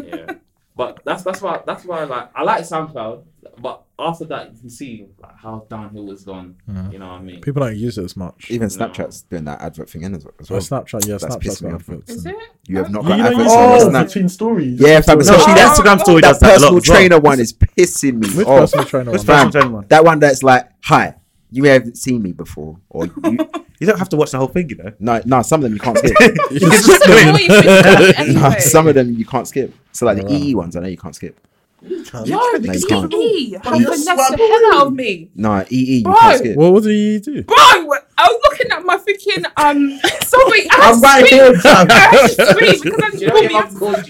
Speaker 7: Yeah, but that's that's why that's why like I like SoundCloud, but after that you can see like, how downhill it's gone.
Speaker 4: Mhm.
Speaker 7: You know what I mean?
Speaker 4: People don't use it as much.
Speaker 2: Even
Speaker 7: No.
Speaker 2: Snapchat's doing that advert thing in as well. As
Speaker 4: Oh,
Speaker 2: well.
Speaker 4: Snapchat, yeah,
Speaker 2: That's
Speaker 4: Snapchat's
Speaker 2: pissing me
Speaker 4: got
Speaker 2: off.
Speaker 4: adverts.
Speaker 5: Is it?
Speaker 2: You have not
Speaker 4: You
Speaker 2: got
Speaker 4: know, you
Speaker 2: adverts on
Speaker 8: Oh,
Speaker 2: your Snap.
Speaker 8: between stories.
Speaker 2: Yeah, fam. Especially
Speaker 5: No.
Speaker 2: that,
Speaker 3: That Instagram story does
Speaker 2: that
Speaker 3: that a lot.
Speaker 2: personal
Speaker 3: as well.
Speaker 2: trainer one is pissing me
Speaker 4: Which
Speaker 2: off.
Speaker 4: personal trainer?
Speaker 3: Which
Speaker 4: one?
Speaker 2: Fam,
Speaker 3: personal trainer one?
Speaker 2: That one that's like, hi, you haven't seen me before, or you,
Speaker 3: You don't have to watch the whole thing, you know.
Speaker 2: no, no, some of them you can't skip.
Speaker 3: You can just do
Speaker 5: Before
Speaker 3: it.
Speaker 5: you finish that
Speaker 2: no,
Speaker 5: anyway.
Speaker 2: some of them you can't skip. So like
Speaker 4: Oh,
Speaker 2: the
Speaker 4: wow.
Speaker 2: EE ones, I know you can't skip.
Speaker 5: Yo,
Speaker 2: No, you
Speaker 5: the
Speaker 2: can't.
Speaker 5: EE
Speaker 8: Bro,
Speaker 5: have
Speaker 8: you're
Speaker 5: finessed
Speaker 8: swaggering.
Speaker 5: the hell out of me.
Speaker 2: No, EE you
Speaker 5: Bro.
Speaker 2: can't skip.
Speaker 4: What, what did he do?
Speaker 5: Bro, I was looking at my freaking um. Sorry, I had
Speaker 8: I'm
Speaker 5: to
Speaker 8: right
Speaker 5: scream.
Speaker 8: here, fam.
Speaker 5: I had to scream because I
Speaker 7: Do
Speaker 5: just
Speaker 7: you know
Speaker 5: pulled
Speaker 7: if
Speaker 5: me
Speaker 7: I've
Speaker 5: up.
Speaker 7: called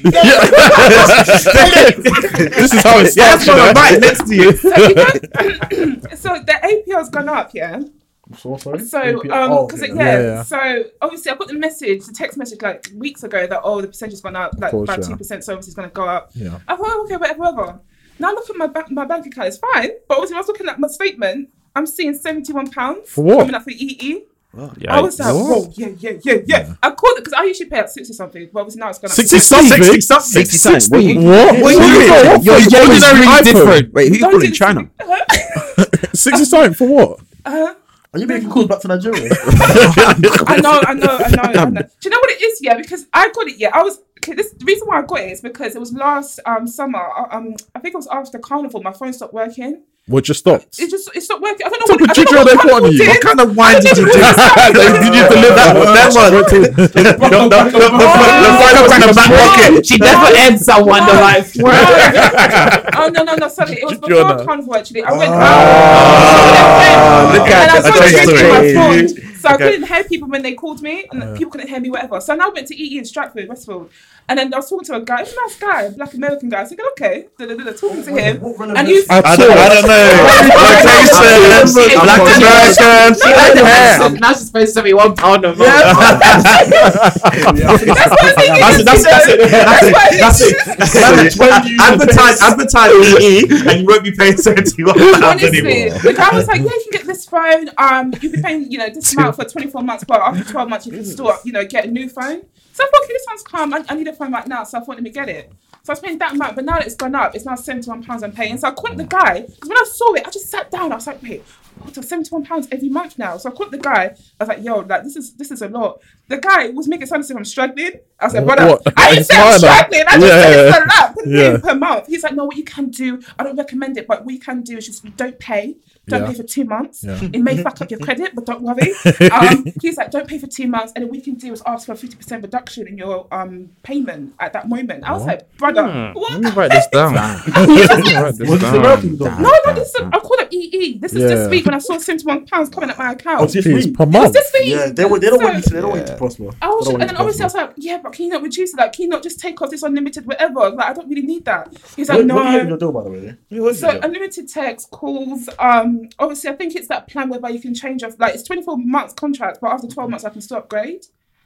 Speaker 7: you?
Speaker 4: this is how it
Speaker 3: Yeah,
Speaker 4: starts.
Speaker 3: that's what I'm right next to you.
Speaker 5: So, you know, so the APR's gone up, yeah.
Speaker 8: So, sorry?
Speaker 5: So, um,
Speaker 8: APR.
Speaker 5: 'cause
Speaker 8: okay.
Speaker 5: it- yeah.
Speaker 4: Yeah, oh, yeah.
Speaker 5: So obviously, I got the message, the text message like weeks ago that oh, the percentage has gone up, like
Speaker 4: course,
Speaker 5: by
Speaker 4: yeah.
Speaker 5: two percent, so obviously it's gonna go up.
Speaker 4: Yeah.
Speaker 5: I thought, oh, okay, whatever, whatever. Now I look at my ba- my bank account, it's fine, but obviously when I was looking at my statement. I'm seeing seventy-one pounds
Speaker 4: For what?
Speaker 5: coming up for EE. I was like,
Speaker 4: What?
Speaker 5: whoa, yeah, yeah, yeah, yeah. I called it because I usually pay out sixty something, but obviously now it's gone up.
Speaker 4: Sixty something.
Speaker 3: Sixty something.
Speaker 2: 60 cents. Wait,
Speaker 4: What?
Speaker 2: you- what are you doing? Your yellow is really different. Wait, who you
Speaker 5: Don't
Speaker 2: calling?
Speaker 5: do-
Speaker 2: China?
Speaker 4: Sixty something for what?
Speaker 8: Are you making calls back to Nigeria?
Speaker 5: I know, I know, I know, I know. Do you know what it is? Yeah, because I got it. Yeah, I was. Okay, this the reason why I got it is because it was last um summer. uh, Um, I think it was after carnival. My phone stopped working.
Speaker 4: What just stopped?
Speaker 5: It just it stopped working. I don't know
Speaker 4: What
Speaker 5: what.
Speaker 4: type
Speaker 5: I
Speaker 4: of
Speaker 5: don't know
Speaker 4: ginger they
Speaker 5: what
Speaker 4: put
Speaker 5: carnival
Speaker 4: on you?
Speaker 5: did.
Speaker 4: What kind of wine
Speaker 5: I
Speaker 4: did
Speaker 5: don't
Speaker 4: you
Speaker 5: know
Speaker 4: do?
Speaker 5: what carnival
Speaker 4: Did
Speaker 5: did.
Speaker 4: you deliver that one?
Speaker 7: She never ends someone the life.
Speaker 5: Oh no no no! Sorry, it was
Speaker 4: Did you
Speaker 5: before
Speaker 4: know?
Speaker 5: carnival. Actually, I went.
Speaker 2: Ah,
Speaker 5: out with
Speaker 2: look
Speaker 5: a
Speaker 2: at that.
Speaker 5: friend, and I was
Speaker 2: That's
Speaker 5: on
Speaker 2: crazy.
Speaker 5: my phone, so I
Speaker 3: Okay. Uh.
Speaker 5: couldn't hear people when they called me, and people couldn't hear me, whatever. So now I went to EE in E Stratford, Westfield, And then I was talking to a guy, he's a nice guy, a black American guy. I was thinking, okay, da, da, da, da, talking to him. And he's
Speaker 4: I
Speaker 3: I don't, I don't know. Rotation, black American, hair.
Speaker 7: Now she's paying seventy-one pound a month.
Speaker 5: that's what I think.
Speaker 3: That's it, that's, that's it. That's it. That's it.
Speaker 2: advertise, advertise E EE, and you won't be paying seventy-one pounds
Speaker 5: Honestly,
Speaker 2: anymore.
Speaker 5: the guy was like, "Yeah, you can get this phone. Um, you'll be paying, you know, this amount for 24 months, but after 12 months, you can still, you know, get a new phone." So I thought, "Okay, this sounds calm. I, I need a phone right now, so I thought, let me get it." So I was paying that amount, but now that it's gone up, it's now 71 pounds I'm paying. So I called the guy because when I saw it, I just sat down. I was like, "Wait, what? I'm 71 pounds every month now." So I called the guy. I was like, "Yo, like this is this is a lot." The guy was making it sound as if I'm struggling. I was like, "Brother,
Speaker 4: What?
Speaker 5: I didn't say I'm
Speaker 4: It's mine,
Speaker 5: struggling. I just
Speaker 4: Yeah,
Speaker 5: said
Speaker 4: yeah,
Speaker 5: it's
Speaker 4: yeah.
Speaker 5: a lot per
Speaker 4: Yeah.
Speaker 5: thing per month. He's like, no, what you can do, I don't recommend it, but what you can do is just you don't pay. Don't
Speaker 4: Yeah.
Speaker 5: pay for two months.
Speaker 4: Yeah.
Speaker 5: It may fuck up your credit, but don't worry. Um, he's like, don't pay for two months, and then what you can do is ask for a fifty percent reduction in your um payment at that moment. I was like, brother, what?
Speaker 9: Let me write this down. Write this
Speaker 8: Was this
Speaker 9: down.
Speaker 8: American dog?
Speaker 5: No, no, this is. I called up EE. E. This is
Speaker 4: Yeah.
Speaker 5: this week when I saw seventy-one pounds coming at my account. It
Speaker 8: this
Speaker 4: Jeez,
Speaker 8: week.
Speaker 4: per
Speaker 5: was
Speaker 4: month.
Speaker 5: this week.
Speaker 8: Yeah, they, wa- they don't
Speaker 5: So-
Speaker 8: want you to. They don't want you to prosper.
Speaker 5: I was,
Speaker 8: They
Speaker 5: and
Speaker 8: don't want you
Speaker 5: then
Speaker 8: to
Speaker 5: obviously I was
Speaker 8: prosper.
Speaker 5: like, yeah, but can you not reduce it? Like, can you not just take off this unlimited whatever? Like, I don't really need that. He's like,
Speaker 8: What-
Speaker 5: no.
Speaker 8: What do you have in your deal, by the way?
Speaker 5: So unlimited text calls. Um, obviously, I think it's that plan whereby you can change off. Like it's twenty four months contract, but after twelve months, I can still upgrade.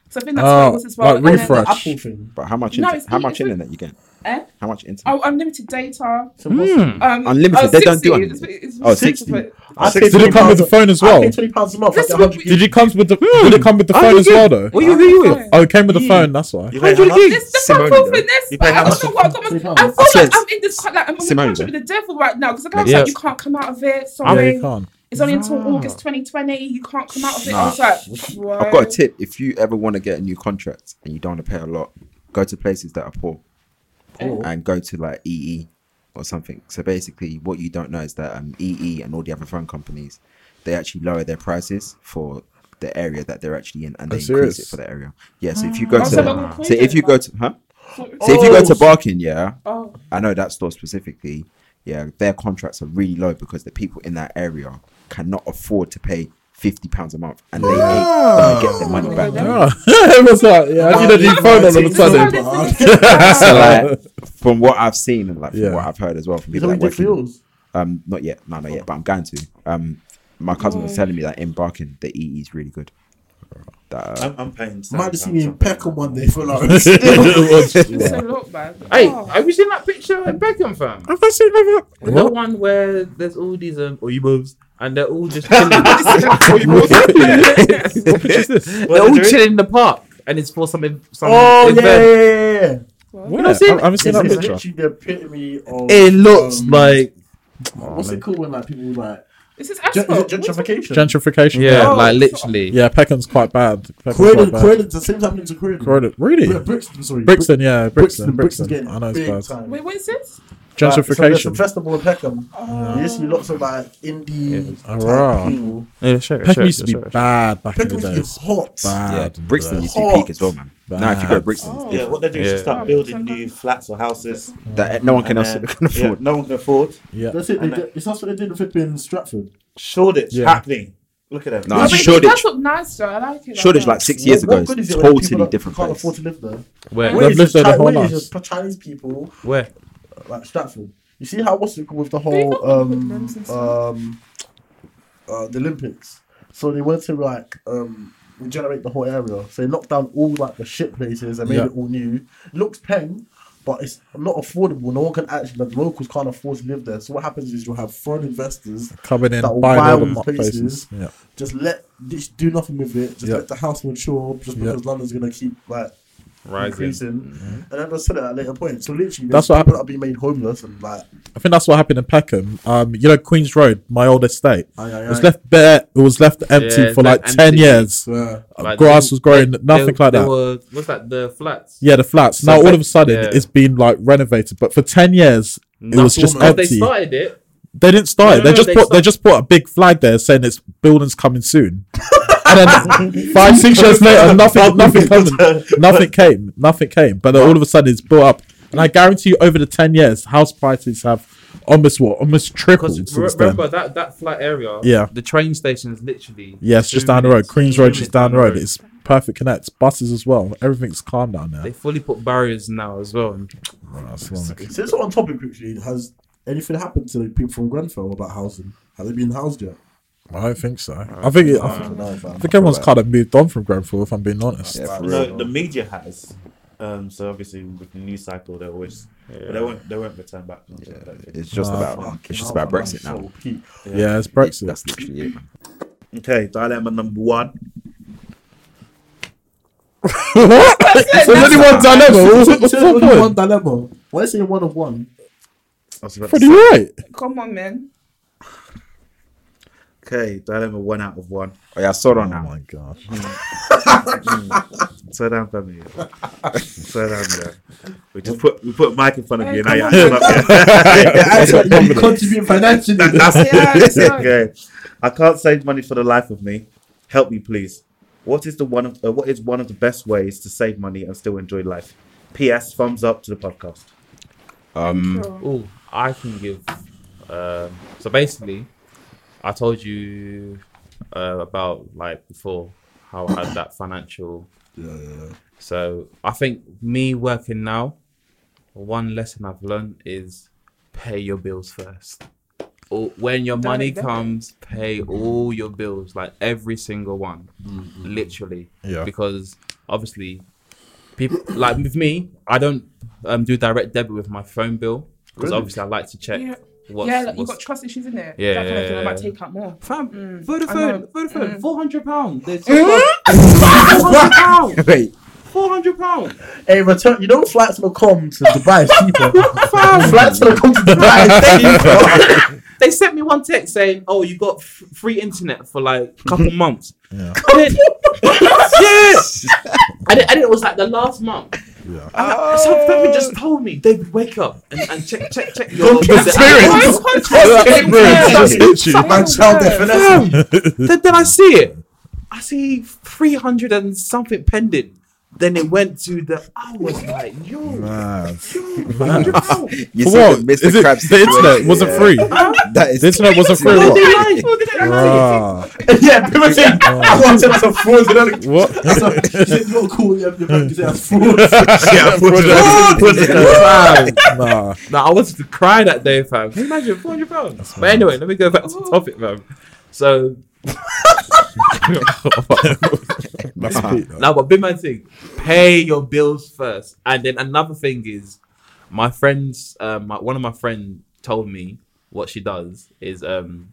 Speaker 5: So I think that's what it
Speaker 4: Oh,
Speaker 5: was as well.
Speaker 4: like
Speaker 5: And then-
Speaker 4: refresh.
Speaker 8: Apple thing.
Speaker 2: But how much?
Speaker 5: No,
Speaker 2: inter-
Speaker 5: it's
Speaker 2: how
Speaker 5: e-
Speaker 2: much
Speaker 5: it's re-
Speaker 2: internet you get?
Speaker 5: Eh?
Speaker 2: How much internet?
Speaker 5: Oh, unlimited data.
Speaker 8: So what's-
Speaker 4: Hmm.
Speaker 5: Um,
Speaker 2: Unlimited,
Speaker 5: oh,
Speaker 2: they don't
Speaker 5: 60,
Speaker 2: do
Speaker 5: it's-
Speaker 2: unlimited.
Speaker 5: it's-
Speaker 2: Oh,
Speaker 5: it's-
Speaker 2: 60.
Speaker 5: but-
Speaker 8: I pay
Speaker 4: Did it come with the phone as
Speaker 8: I
Speaker 4: well?
Speaker 8: pay twenty pounds a month. I
Speaker 5: This
Speaker 8: get
Speaker 5: would
Speaker 8: 100
Speaker 5: be-
Speaker 4: Did it comes with the? Did it come with the phone as well though?
Speaker 9: What you who you with?
Speaker 4: Oh, it came with the phone. That's why.
Speaker 3: You pay how much?
Speaker 5: This, this I'm full finesse.
Speaker 3: You pay
Speaker 5: Like, I
Speaker 3: how
Speaker 5: don't know what I've got. My, I
Speaker 2: I
Speaker 5: feel
Speaker 2: said
Speaker 5: like I'm in this. Like I'm in
Speaker 2: Simone,
Speaker 5: a contract
Speaker 2: yeah.
Speaker 5: with the devil right now because the guy's
Speaker 9: Yeah.
Speaker 5: like, you can't come out of it.
Speaker 4: Yeah,
Speaker 5: Sorry,
Speaker 4: you can't.
Speaker 5: it's only until August 2020. You can't come out of it. I was like, what?
Speaker 2: I've got a tip. If you ever want to get a new contract and you don't want to pay a lot, go to places that are poor,
Speaker 5: Poor?
Speaker 2: and go to like EE or something. So basically, what you don't know is that um, EE and all the other phone companies, they actually lower their prices for the area that they're actually in, and they
Speaker 4: Oh,
Speaker 2: increase
Speaker 4: serious?
Speaker 2: it for the area. Yeah. So if you go
Speaker 5: Oh,
Speaker 2: to,
Speaker 5: so they're not
Speaker 2: so if you
Speaker 5: included,
Speaker 2: go to, huh?
Speaker 5: Oh,
Speaker 2: So if you go to Barking, yeah,
Speaker 5: oh,
Speaker 2: I know that store specifically. Yeah, their contracts are really low because the people in that area cannot afford to pay fifty pounds a month, and they ain't gonna get their money back.
Speaker 4: Yeah. it was like, yeah, I need a new phone all of a
Speaker 5: This is how
Speaker 4: sudden.
Speaker 5: this is-
Speaker 2: So like, from what I've seen and like from
Speaker 4: Yeah.
Speaker 2: what I've heard as well from
Speaker 8: Is
Speaker 2: people
Speaker 8: that
Speaker 2: that
Speaker 8: what you did
Speaker 2: work
Speaker 8: for
Speaker 2: in,
Speaker 8: yours?
Speaker 2: um, not yet, no, not yet, but I'm going to. Um, my cousin was telling me that in Barking, the EE is really good. That, uh,
Speaker 3: I'm, I'm paying.
Speaker 8: Might have seen me in
Speaker 3: £7.
Speaker 8: Peckham one day for like.
Speaker 5: It's a lot, man.
Speaker 7: Hey,
Speaker 5: Oh.
Speaker 7: have you seen that picture in Beckham, fam?
Speaker 4: I've not seen that.
Speaker 7: The one where there's all these um Oyibos and they're all just chilling.
Speaker 4: What picture is this?
Speaker 7: they're all chilling in the park and it's for some ev- some
Speaker 8: Oh yeah, yeah,
Speaker 7: event.
Speaker 8: yeah, yeah.
Speaker 4: What? I haven't seen
Speaker 8: It's,
Speaker 4: that
Speaker 8: it's
Speaker 4: picture.
Speaker 8: literally the epitome of.
Speaker 7: It looks
Speaker 8: um,
Speaker 7: like
Speaker 8: What's it called when like people like
Speaker 5: This is
Speaker 8: gen- is it
Speaker 5: asphalt.
Speaker 8: gentrification?
Speaker 4: Gentrification.
Speaker 7: yeah,
Speaker 5: Oh,
Speaker 7: like
Speaker 5: it's-
Speaker 7: literally.
Speaker 4: Yeah, Peckham's quite bad. Peckham's
Speaker 8: Croydon,
Speaker 4: quite bad.
Speaker 8: Croydon, the same time into Croydon.
Speaker 4: Croydon. Really?
Speaker 8: Yeah, Brixton, sorry.
Speaker 4: Brixton, yeah, Brixton,
Speaker 8: Brixton,
Speaker 4: Brixton.
Speaker 8: Brixton's getting
Speaker 4: I know
Speaker 8: big
Speaker 4: it's bad.
Speaker 8: time.
Speaker 5: Wait, what is this?
Speaker 8: Like, so there's a
Speaker 4: Gentrification.
Speaker 8: festival in Peckham. There used to be lots of like indie
Speaker 4: Ah,
Speaker 8: type
Speaker 4: rah.
Speaker 8: people.
Speaker 9: Yeah, sure,
Speaker 4: Peckham
Speaker 9: sure,
Speaker 4: used to be
Speaker 9: sure, sure.
Speaker 4: bad back in
Speaker 8: Peckham
Speaker 4: the
Speaker 8: used
Speaker 4: day.
Speaker 8: to get hot.
Speaker 2: yeah,
Speaker 4: Bad.
Speaker 2: uh, Brixton used to be
Speaker 8: Hot.
Speaker 2: peak as well, man. Now if you go to Brixton, it's
Speaker 5: Oh.
Speaker 3: Yeah,
Speaker 2: different.
Speaker 3: what they do is
Speaker 9: Yeah.
Speaker 3: just start building new flats or houses
Speaker 2: that no one can,
Speaker 3: and
Speaker 2: else
Speaker 3: then-
Speaker 2: can
Speaker 3: yeah,
Speaker 2: afford.
Speaker 3: no one can afford.
Speaker 4: Yeah.
Speaker 8: That's it. They
Speaker 3: And
Speaker 8: did, it's that's what they did with in Stratford.
Speaker 3: Shoreditch
Speaker 4: Yeah.
Speaker 3: happening. Look at them.
Speaker 2: Nah,
Speaker 5: Wait,
Speaker 2: Shoreditch.
Speaker 5: That's look nice though. I like it.
Speaker 2: Shoreditch
Speaker 5: that.
Speaker 2: like six years ago,
Speaker 8: good
Speaker 2: is
Speaker 8: it when people
Speaker 2: totally
Speaker 8: that
Speaker 2: different
Speaker 8: Can't
Speaker 2: place.
Speaker 8: afford to live there.
Speaker 7: Where?
Speaker 8: Where
Speaker 4: They've
Speaker 8: is
Speaker 4: lived there
Speaker 8: Chi-
Speaker 4: their whole
Speaker 8: where is
Speaker 4: lives.
Speaker 8: it Chinese people
Speaker 7: Where?
Speaker 8: like Stratford. You see how what's it called with the
Speaker 5: They got
Speaker 8: whole um
Speaker 5: Olympics and stuff.
Speaker 8: um uh the Olympics. So they wanted to like um regenerate the whole area. So they knocked down all like the shit places and made
Speaker 4: Yeah.
Speaker 8: it all new. Looks peng, but it's not affordable. No one can actually the locals can't afford to live there. So what happens is you'll have foreign investors
Speaker 4: Coming in,
Speaker 8: that will
Speaker 4: buying
Speaker 8: buy
Speaker 4: all
Speaker 8: all
Speaker 4: the
Speaker 8: these
Speaker 4: mo-
Speaker 8: places.
Speaker 4: places. Yeah.
Speaker 8: Just let just do nothing with it. Just
Speaker 4: Yeah.
Speaker 8: let the house mature just
Speaker 4: Yeah.
Speaker 8: because London's gonna keep like
Speaker 7: Rising.
Speaker 8: increasing. And then I said it at a later point. So literally,
Speaker 4: Mm-hmm. That's
Speaker 8: that's
Speaker 4: what
Speaker 8: what people that be made homeless and like,
Speaker 4: I think that's what happened in Peckham. Um, you know, Queens Road, my old estate.
Speaker 8: aye, aye,
Speaker 4: It was
Speaker 8: aye.
Speaker 4: left bare. It was left empty
Speaker 7: it's
Speaker 4: for like
Speaker 7: left
Speaker 4: ten
Speaker 7: empty.
Speaker 4: years.
Speaker 8: So,
Speaker 7: Like,
Speaker 4: Grass
Speaker 7: they-
Speaker 4: was growing,
Speaker 7: they-
Speaker 4: nothing
Speaker 7: they-
Speaker 4: like
Speaker 7: they
Speaker 4: that.
Speaker 7: Were, Uh, what's that? The flats.
Speaker 4: Yeah, the flats.
Speaker 7: So
Speaker 4: now all
Speaker 7: it's
Speaker 4: of a sudden,
Speaker 7: yeah.
Speaker 4: it's been like renovated, but for ten years, it was just
Speaker 7: Because
Speaker 4: empty.
Speaker 7: they started it.
Speaker 4: They didn't
Speaker 7: No,
Speaker 4: start it.
Speaker 7: no,
Speaker 4: They
Speaker 7: no,
Speaker 4: just
Speaker 7: they
Speaker 4: put they
Speaker 7: start-
Speaker 4: just put a big flag there saying it's buildings coming soon. and then five six years later, nothing nothing coming, nothing came, nothing came. But then all of a sudden, it's built up. And I guarantee you, over the ten years, house prices have almost what almost tripled
Speaker 7: Because re-
Speaker 4: since then.
Speaker 7: remember that that flat area.
Speaker 4: Yeah.
Speaker 7: The train station is literally.
Speaker 4: Yeah, it's
Speaker 7: two
Speaker 4: just down the road.
Speaker 7: minutes-
Speaker 4: Queens
Speaker 7: two
Speaker 4: Road, just
Speaker 7: minutes
Speaker 4: down the road. It's perfect connects, buses as well. Everything's calm down there.
Speaker 7: They fully put barriers now as well. And
Speaker 4: Right, that's long.
Speaker 8: Since we're on topic quickly, has anything happened to the people from Grenfell about housing? Have they been housed yet?
Speaker 4: I don't think so. I think it, I think,
Speaker 8: No, fam.
Speaker 4: I think everyone's kind of moved on from Grenfell. If I'm being honest,
Speaker 9: Yeah, for real.
Speaker 3: No, the media has. Um, so obviously with the news cycle, they always but they won't they won't return back.
Speaker 9: It's just
Speaker 4: Nah,
Speaker 9: about it's just
Speaker 4: Oh,
Speaker 9: about
Speaker 8: Fucking
Speaker 9: Brexit
Speaker 8: hell,
Speaker 9: now.
Speaker 8: man, so peak.
Speaker 4: yeah, it's Brexit.
Speaker 9: That's literally it. man.
Speaker 3: Okay, dilemma number one.
Speaker 4: There's only one dilemma. What's, what's the
Speaker 8: So only one
Speaker 4: point?
Speaker 8: dilemma. Why is it one of one?
Speaker 3: I was about to
Speaker 4: Pretty right.
Speaker 5: Come on, man.
Speaker 3: Okay, dilemma one out of one.
Speaker 9: Oh yeah, I saw it
Speaker 4: Oh
Speaker 9: on now.
Speaker 4: my god.
Speaker 3: Slow down, family. Slow down, yeah. We just put we put a mic in front of you. Now
Speaker 5: Hey,
Speaker 3: you're
Speaker 5: come
Speaker 3: acting
Speaker 5: on.
Speaker 3: up. Yeah.
Speaker 8: Actually, contribute financially.
Speaker 3: That's
Speaker 5: Yeah,
Speaker 3: it.
Speaker 5: sorry.
Speaker 3: okay. I can't save money for the life of me. Help me, please. What is the one of uh, what is one of the best ways to save money and still enjoy life? P.S. Thumbs up to the podcast.
Speaker 9: Um,
Speaker 5: Sure.
Speaker 7: oh, I can give. Um, so basically, I told you uh, about like before how I had that financial.
Speaker 8: Yeah, yeah, yeah.
Speaker 7: So I think me working now, one lesson I've learned is pay your bills first. Or when your
Speaker 5: Don't
Speaker 7: money
Speaker 5: make them.
Speaker 7: comes, pay all your bills, like every single one,
Speaker 8: Mm-hmm.
Speaker 7: literally.
Speaker 4: Yeah.
Speaker 7: Because obviously, people like with me, I don't um, do direct debit with my phone bill because
Speaker 8: Really?
Speaker 7: obviously I like to check.
Speaker 5: Yeah.
Speaker 7: What's,
Speaker 5: yeah, like, you
Speaker 7: what's-
Speaker 5: got trust issues in there.
Speaker 7: Yeah,
Speaker 5: That kind of thing. I
Speaker 7: yeah,
Speaker 5: might
Speaker 7: yeah.
Speaker 5: take out more.
Speaker 7: Fam,
Speaker 5: Mm, I know.
Speaker 7: Vodafone, Vodafone,
Speaker 5: Mm.
Speaker 7: four hundred pound. Four hundred pound.
Speaker 9: wait,
Speaker 7: Four hundred pound.
Speaker 8: Hey, return. You know, flights will come to Dubai is cheaper. flights will come to Dubai is cheaper.
Speaker 7: They sent me one text saying, "Oh, you got f- free internet for like a couple months."
Speaker 4: Yeah.
Speaker 7: And then, yes. And then, and it was like the last month.
Speaker 4: Yeah.
Speaker 7: Oh. Something just told me, David, wake up and, and check, check, check your
Speaker 5: Why
Speaker 4: Experience.
Speaker 5: is contrast in there?
Speaker 4: Experience just hit you.
Speaker 5: Someone
Speaker 8: Man, child
Speaker 5: knows.
Speaker 8: definitely.
Speaker 7: Fam, then, then I see it. I see 300 and something pending. Then it went to the. I was like, yo,
Speaker 4: Man.
Speaker 7: yo, yo.
Speaker 9: Ah, you
Speaker 4: For
Speaker 9: see
Speaker 4: what?
Speaker 9: the
Speaker 4: Is
Speaker 9: Mr.
Speaker 4: it,
Speaker 9: Krabs
Speaker 4: the internet
Speaker 9: situation?
Speaker 4: wasn't
Speaker 9: Yeah.
Speaker 4: free.
Speaker 9: That is
Speaker 4: The internet wasn't free.
Speaker 7: What
Speaker 4: What?
Speaker 7: did I- what did I-
Speaker 4: Ah,
Speaker 8: yeah, people say, I want them to fraud. You know, like,
Speaker 4: what?
Speaker 8: so, you said you're cool. You have your bank. You said that's fraud.
Speaker 9: yeah,
Speaker 4: Nah.
Speaker 7: Nah, I wanted to cry that day, fam. Can you imagine? 400 pounds. But anyway, let me go back to the topic, fam. So,
Speaker 4: That's peak, though.
Speaker 7: now, but big man thing, pay your bills first. And then another thing is, my friends, um, my, one of my friend told me what she does is um,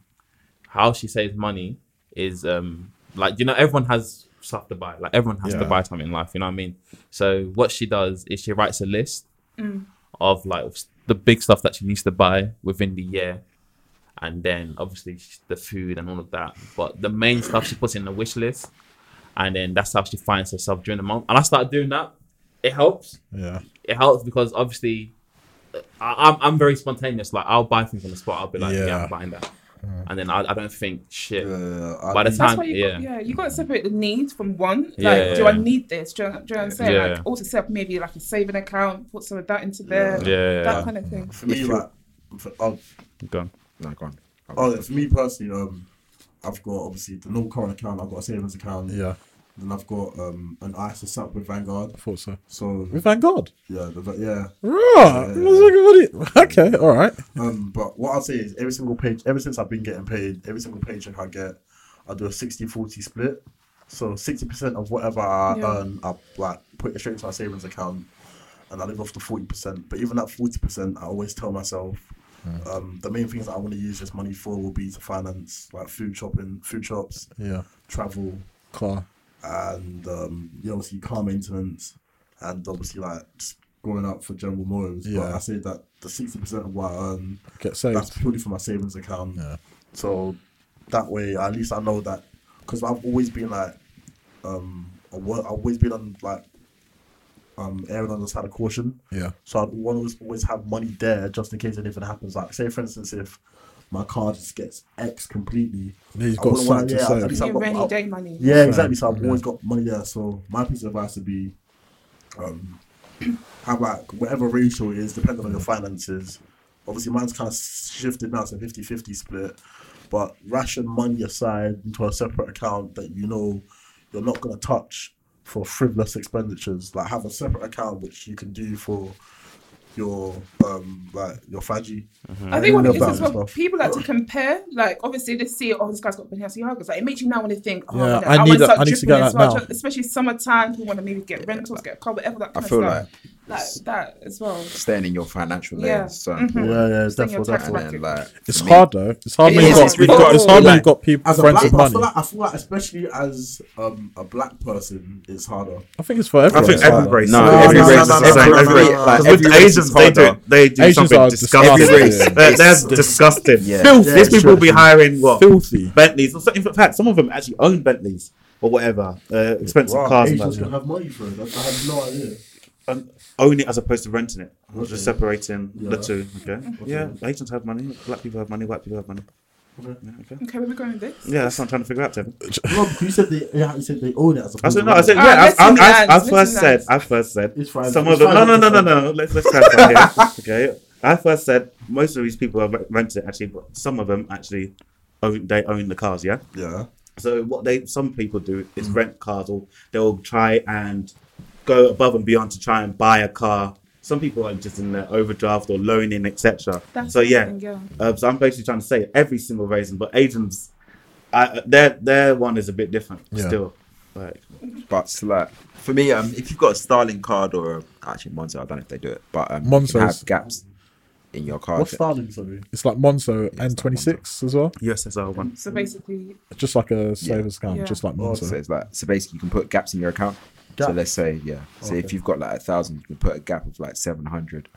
Speaker 7: how she saves money is um, like, you know, everyone has stuff to buy. Like, everyone has to
Speaker 4: Yeah.
Speaker 7: buy something in life, you know what I mean? So, what she does is she writes a list of like s- the big stuff that she needs to buy within the year, and then obviously sh- the food and all of that. But the main stuff she puts in the wish list, and then that's how she finds herself during the month. And I started doing that. It helps.
Speaker 4: Yeah.
Speaker 7: It helps because obviously, uh, I, I'm I'm very spontaneous. Like I'll buy things on the spot. I'll be like, yeah,
Speaker 4: Yeah.
Speaker 7: I'm buying that, and then I, I don't think shit.
Speaker 8: Uh,
Speaker 7: By the
Speaker 5: That's
Speaker 7: time,
Speaker 5: why you
Speaker 7: yeah.
Speaker 5: got, yeah, you got to separate the need from want. Like,
Speaker 7: Yeah, yeah,
Speaker 5: do I
Speaker 7: yeah.
Speaker 5: need this? Do you, know- do you know what I'm saying?
Speaker 7: Yeah.
Speaker 5: Like, also set up maybe like a saving account, put some of that into there,
Speaker 7: Yeah,
Speaker 5: that kind of thing.
Speaker 8: for me, like, for, um,
Speaker 7: go on.
Speaker 9: No, go on.
Speaker 8: oh, yeah, for me personally, um, I've got obviously the no current account. I've got a savings account.
Speaker 4: Yeah.
Speaker 8: Then I've got um an ISA set with Vanguard.
Speaker 4: I thought so.
Speaker 8: So
Speaker 4: We thank God.
Speaker 8: yeah, the, yeah.
Speaker 4: Right. Let's look at it. Okay. All right.
Speaker 8: Um, but what I'll say is every single page, ever since I've been getting paid, every single paycheck I get, I do a 60-40 split. So sixty percent of whatever I
Speaker 5: Yeah.
Speaker 8: earn, I like put it straight into my savings account, and I live off the forty percent. But even that forty percent, I always tell myself, um, the main things that I want to use this money for will be to finance like food shopping, food shops,
Speaker 4: Yeah.
Speaker 8: travel,
Speaker 4: Car.
Speaker 8: and um, you know, obviously car maintenance, and obviously like just going out for general morals. But
Speaker 4: Yeah.
Speaker 8: I say that the sixty percent of what I earn
Speaker 4: Get
Speaker 8: that's
Speaker 4: saved.
Speaker 8: purely for my savings account.
Speaker 4: Yeah.
Speaker 8: So that way, at least I know that because I've always been like, um, I wa- I've always been on like, um, erring on the side of caution.
Speaker 4: Yeah.
Speaker 8: So I'd always always have money there just in case anything happens. Like, say for instance, if my car just gets X completely,
Speaker 4: He's
Speaker 8: I
Speaker 4: got
Speaker 8: wouldn't wanna-
Speaker 4: something
Speaker 8: yeah,
Speaker 4: to
Speaker 8: at
Speaker 4: save.
Speaker 8: least
Speaker 5: Your
Speaker 8: I've got-
Speaker 5: rainy
Speaker 8: I've-
Speaker 5: day money.
Speaker 8: yeah, exactly. So I've
Speaker 4: yeah.
Speaker 8: always got money there. So my piece of advice would be, um, have like whatever ratio it is, depending on your finances. Obviously, mine's kind of shifted now to 50-50 split, but ration money aside into a separate account that you know you're not gonna touch for frivolous expenditures. Like have a separate account which you can do for your um like your fudgy.
Speaker 5: I think what it is
Speaker 8: That
Speaker 5: as well,
Speaker 8: stuff.
Speaker 5: people like to compare. Like, obviously, they see, oh, this guy's got Balenciaga. Like, it makes you now want to think, oh,
Speaker 4: Yeah,
Speaker 5: you know,
Speaker 4: I
Speaker 5: wanna
Speaker 4: need that-
Speaker 5: start
Speaker 4: I need to
Speaker 5: dripping
Speaker 4: get
Speaker 5: as
Speaker 4: that
Speaker 5: well.
Speaker 4: now.
Speaker 5: Especially summertime, people want to maybe get rentals, get a car, whatever that
Speaker 9: I
Speaker 5: kind
Speaker 9: feel
Speaker 5: of
Speaker 9: like
Speaker 5: stuff. Like, that as well.
Speaker 9: staying in your financial
Speaker 5: Yeah.
Speaker 9: lanes. So
Speaker 7: Mm-hmm.
Speaker 5: Mhm.
Speaker 8: Yeah, yeah, it's
Speaker 5: Staying in your
Speaker 8: definitely.
Speaker 5: tax
Speaker 9: and then,
Speaker 5: bracket.
Speaker 9: like
Speaker 4: It's
Speaker 9: me-
Speaker 4: hard though. It's hard
Speaker 9: It
Speaker 4: when you've
Speaker 9: is,
Speaker 4: got,
Speaker 9: it's really
Speaker 4: it's hard when you've got people
Speaker 8: As a
Speaker 4: friends
Speaker 8: black,
Speaker 4: with
Speaker 8: I
Speaker 4: money.
Speaker 8: feel, like, I feel like, especially as um, a black person, it's harder.
Speaker 4: I think it's for everyone.
Speaker 3: I think
Speaker 9: Yeah.
Speaker 3: every race.
Speaker 9: No,
Speaker 8: No,
Speaker 9: every
Speaker 8: no,
Speaker 9: race is the
Speaker 8: no, no,
Speaker 9: same.
Speaker 8: no, no,
Speaker 9: Every
Speaker 8: no,
Speaker 9: like
Speaker 8: no.
Speaker 3: With
Speaker 9: every
Speaker 3: the
Speaker 9: race
Speaker 3: Asians,
Speaker 9: is
Speaker 3: they do
Speaker 9: harder.
Speaker 3: they do
Speaker 4: Asians
Speaker 3: something
Speaker 4: are
Speaker 3: disgusting.
Speaker 4: disgusting.
Speaker 9: Every race.
Speaker 3: They're, they're
Speaker 9: It's
Speaker 3: disgusting.
Speaker 9: Yeah.
Speaker 4: Filthy.
Speaker 3: These people will be hiring what
Speaker 4: Filthy.
Speaker 3: Bentleys. So in fact, some of them actually own Bentleys or whatever uh, expensive
Speaker 8: Wow,
Speaker 3: cars. and
Speaker 8: Asians
Speaker 3: that.
Speaker 8: can have money for it. I had no idea.
Speaker 3: um, own it as opposed to renting it. I'm
Speaker 8: Okay.
Speaker 3: Just separating
Speaker 8: Yeah.
Speaker 3: the two. Okay. Yeah, Asians have money. Black people have money. White people have money.
Speaker 8: Okay.
Speaker 3: Yeah, okay.
Speaker 5: Okay, where we going with this?
Speaker 3: Yeah, that's what I'm trying to figure out, Tevin.
Speaker 8: Rob, you said they, yeah, you said they own it. As
Speaker 3: I said no. I said
Speaker 5: Ah,
Speaker 3: yeah.
Speaker 5: let's
Speaker 3: I, I,
Speaker 5: do
Speaker 3: I,
Speaker 5: that.
Speaker 3: I
Speaker 5: Let's do
Speaker 3: first
Speaker 5: that.
Speaker 3: said. I first said.
Speaker 8: It's fine.
Speaker 3: Some
Speaker 8: It's
Speaker 3: of them. No,
Speaker 8: fine.
Speaker 3: no, no, no, no. Let's let's clarify here. Okay. I first said most of these people have re- rented it actually, but some of them actually own they own the cars. Yeah.
Speaker 8: yeah.
Speaker 3: So what they some people do is rent cars, or they'll try and go above and beyond to try and buy a car. Some people are just in their overdraft or loaning, etc.
Speaker 5: That's
Speaker 3: So yeah,
Speaker 5: something, yeah.
Speaker 3: uh, so I'm basically trying to say every single reason, but Asians, I, their their one is a bit different still. Like
Speaker 9: But like
Speaker 2: For me, um, if you've got a Starling card or a, actually Monzo, I don't know if they do it, but um, you can
Speaker 4: Monzo's-
Speaker 2: have gaps in your card.
Speaker 8: What's Starling, sorry?
Speaker 4: It's like Monzo
Speaker 2: Yeah, it's like
Speaker 4: N26 as well.
Speaker 3: USSR one.
Speaker 5: So basically,
Speaker 4: Just like a savers account,
Speaker 5: Yeah.
Speaker 4: just like
Speaker 8: Oh,
Speaker 2: So
Speaker 4: Monzo.
Speaker 2: it's like so basically you can put gaps in your account. So
Speaker 8: Gaps?
Speaker 2: let's say yeah. So if
Speaker 8: Okay.
Speaker 2: you've got like a thousand, you can put a gap of like seven hundred.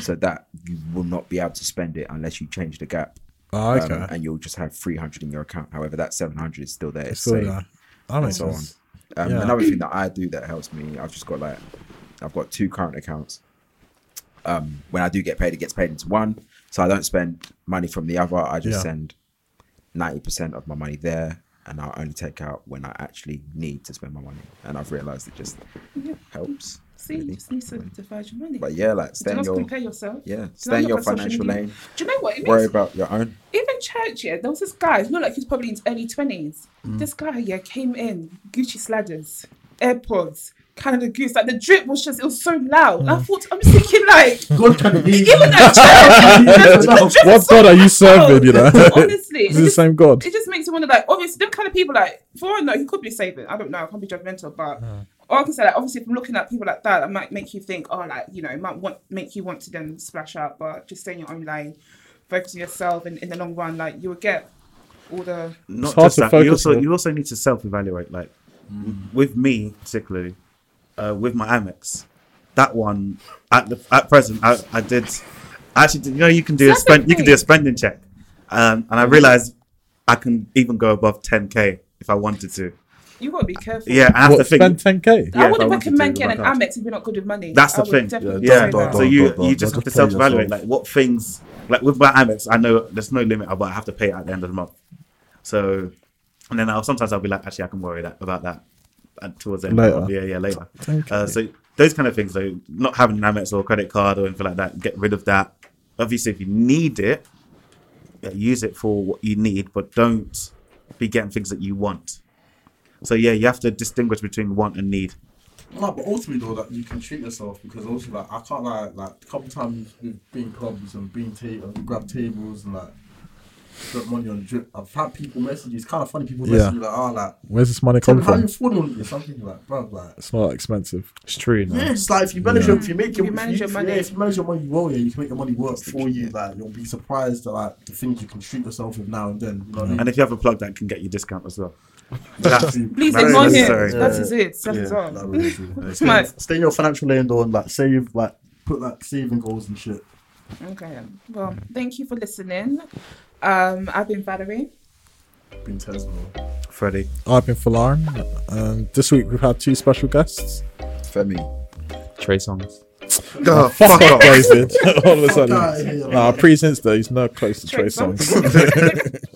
Speaker 2: so that you will not be able to spend it unless you change the gap.
Speaker 4: Ah,
Speaker 2: um,
Speaker 4: okay.
Speaker 2: and you'll just have three hundred in your account. However, that seven hundred is still there. It's
Speaker 4: so
Speaker 2: saved.
Speaker 4: yeah, that makes
Speaker 2: so on.
Speaker 4: sense.
Speaker 2: Um,
Speaker 4: Yeah.
Speaker 2: Another thing that I do that helps me, I've just got like, I've got two current accounts. Um, when I do get paid, it gets paid into one, so I don't spend money from the other. I just
Speaker 4: Yeah.
Speaker 2: send ninety percent of my money there, and I only take out when I actually need to spend my money. And I've realised it just helps.
Speaker 5: see, you
Speaker 2: really.
Speaker 5: just need to divide your money.
Speaker 2: But yeah, like
Speaker 5: Do
Speaker 2: stay in
Speaker 5: not
Speaker 2: your
Speaker 5: compare yourself.
Speaker 2: yeah,
Speaker 5: not
Speaker 2: stay in
Speaker 5: look
Speaker 2: your
Speaker 5: at social
Speaker 2: financial
Speaker 5: media.
Speaker 2: lane.
Speaker 5: Do you know what? It
Speaker 2: Worry
Speaker 5: makes
Speaker 2: about your own.
Speaker 5: even church, yeah, there was this guy, it looked like he's probably in his early 20s. This guy, yeah, came in, Gucci sladders, AirPods, Canada Goose. Like the drip was just, it was so loud. And I thought, I'm just thinking, like,
Speaker 8: God can be.
Speaker 5: even at church, the drip
Speaker 4: What
Speaker 5: is so
Speaker 4: God are you serving? You know,
Speaker 5: loud. Honestly,
Speaker 4: is it the
Speaker 5: it just,
Speaker 4: same God?
Speaker 5: it just makes you wonder, like, obviously, them kind of people, like, for all I know, he could be saving. I don't know, I can't be judgmental, but. Or I can say, like, obviously, from looking at people like that, it might make you think, oh, like, you know, it might want make you want to then splash out, but just stay in your own lane, focus on yourself, and in the long run, like, you will get all the
Speaker 3: Not
Speaker 4: It's hard
Speaker 3: just
Speaker 4: to
Speaker 3: that.
Speaker 4: focus
Speaker 3: you also
Speaker 4: on.
Speaker 3: you also need to self evaluate. Like with me particularly, uh, with my Amex, that one at the at present I, I did I actually did, you know you can do a
Speaker 5: That's
Speaker 3: spend you can do a
Speaker 5: okay.
Speaker 3: spending check, um, and I realized I can even go above 10k if I wanted to.
Speaker 5: You gotta be careful.
Speaker 3: Yeah, I have to
Speaker 4: What,
Speaker 3: think.
Speaker 4: spend 10k?
Speaker 3: yeah,
Speaker 5: I
Speaker 3: if I
Speaker 5: wouldn't
Speaker 3: wanted
Speaker 5: recommend
Speaker 3: to,
Speaker 5: getting an
Speaker 3: I can't.
Speaker 5: Amex if you're not good with money.
Speaker 3: That's the
Speaker 5: I would
Speaker 3: thing.
Speaker 5: definitely
Speaker 3: Yeah,
Speaker 5: say that.
Speaker 3: so
Speaker 8: don't,
Speaker 3: you
Speaker 8: don't,
Speaker 3: you
Speaker 8: don't.
Speaker 3: just have
Speaker 8: Just
Speaker 3: to
Speaker 8: pay
Speaker 3: self evaluate
Speaker 8: yourself.
Speaker 3: like what things like with my Amex. I know there's no limit, but I have to pay it at the end of the month. So, and then I'll sometimes I'll be like, actually, I can worry that about that uh, towards the end.
Speaker 4: Later.
Speaker 3: Of the month. yeah, yeah, later.
Speaker 4: Okay.
Speaker 3: Uh, so those kind of things, though, not having an Amex or a credit card or anything like that, get rid of that. Obviously, if you need it, yeah, use it for what you need, but don't be getting things that you want. So yeah, you have to distinguish between want and need.
Speaker 8: No, but ultimately though, that you can treat yourself because also like I can't like like a couple times with being clubs and being ta- and grab tables and like drop money on drip. I've had people message. It's kind of funny people
Speaker 4: Yeah.
Speaker 8: message me like, oh, like
Speaker 4: Where's this money
Speaker 8: tell me
Speaker 4: coming
Speaker 8: how you
Speaker 4: from?
Speaker 8: afford all of this. I'm thinking like, bro, like.
Speaker 4: It's not that expensive.
Speaker 7: It's true. No?
Speaker 8: Yeah, just like if you manage your, if you make
Speaker 5: If
Speaker 8: your,
Speaker 5: you manage your
Speaker 8: if you, if you-
Speaker 5: money.
Speaker 8: yeah, if you manage your money well, yeah, you can make your money work for you. Like you'll be surprised at like the things you can treat yourself with now and then. You know what I mean?
Speaker 3: And if you have a plug, that can get you discount as well.
Speaker 5: Please
Speaker 3: Very
Speaker 5: ignore him.
Speaker 3: necessary.
Speaker 5: That is it. That is
Speaker 8: Yeah, that
Speaker 5: all.
Speaker 8: really true.
Speaker 5: It's my
Speaker 8: Stay in your financial lane though, and like save, like put like saving goals and shit.
Speaker 5: okay. Well, thank you for listening. Um, I've been Valerie.
Speaker 8: Been Tesla.
Speaker 3: Freddie.
Speaker 4: I've been Falarin. Um, this week we've had two special guests.
Speaker 2: Femi,
Speaker 7: Trey songs.
Speaker 4: Fuck off, All of a sudden.
Speaker 8: Outta here,
Speaker 4: Uh, Nah, pre since though, he's no close to
Speaker 5: Trey
Speaker 4: Trey songs.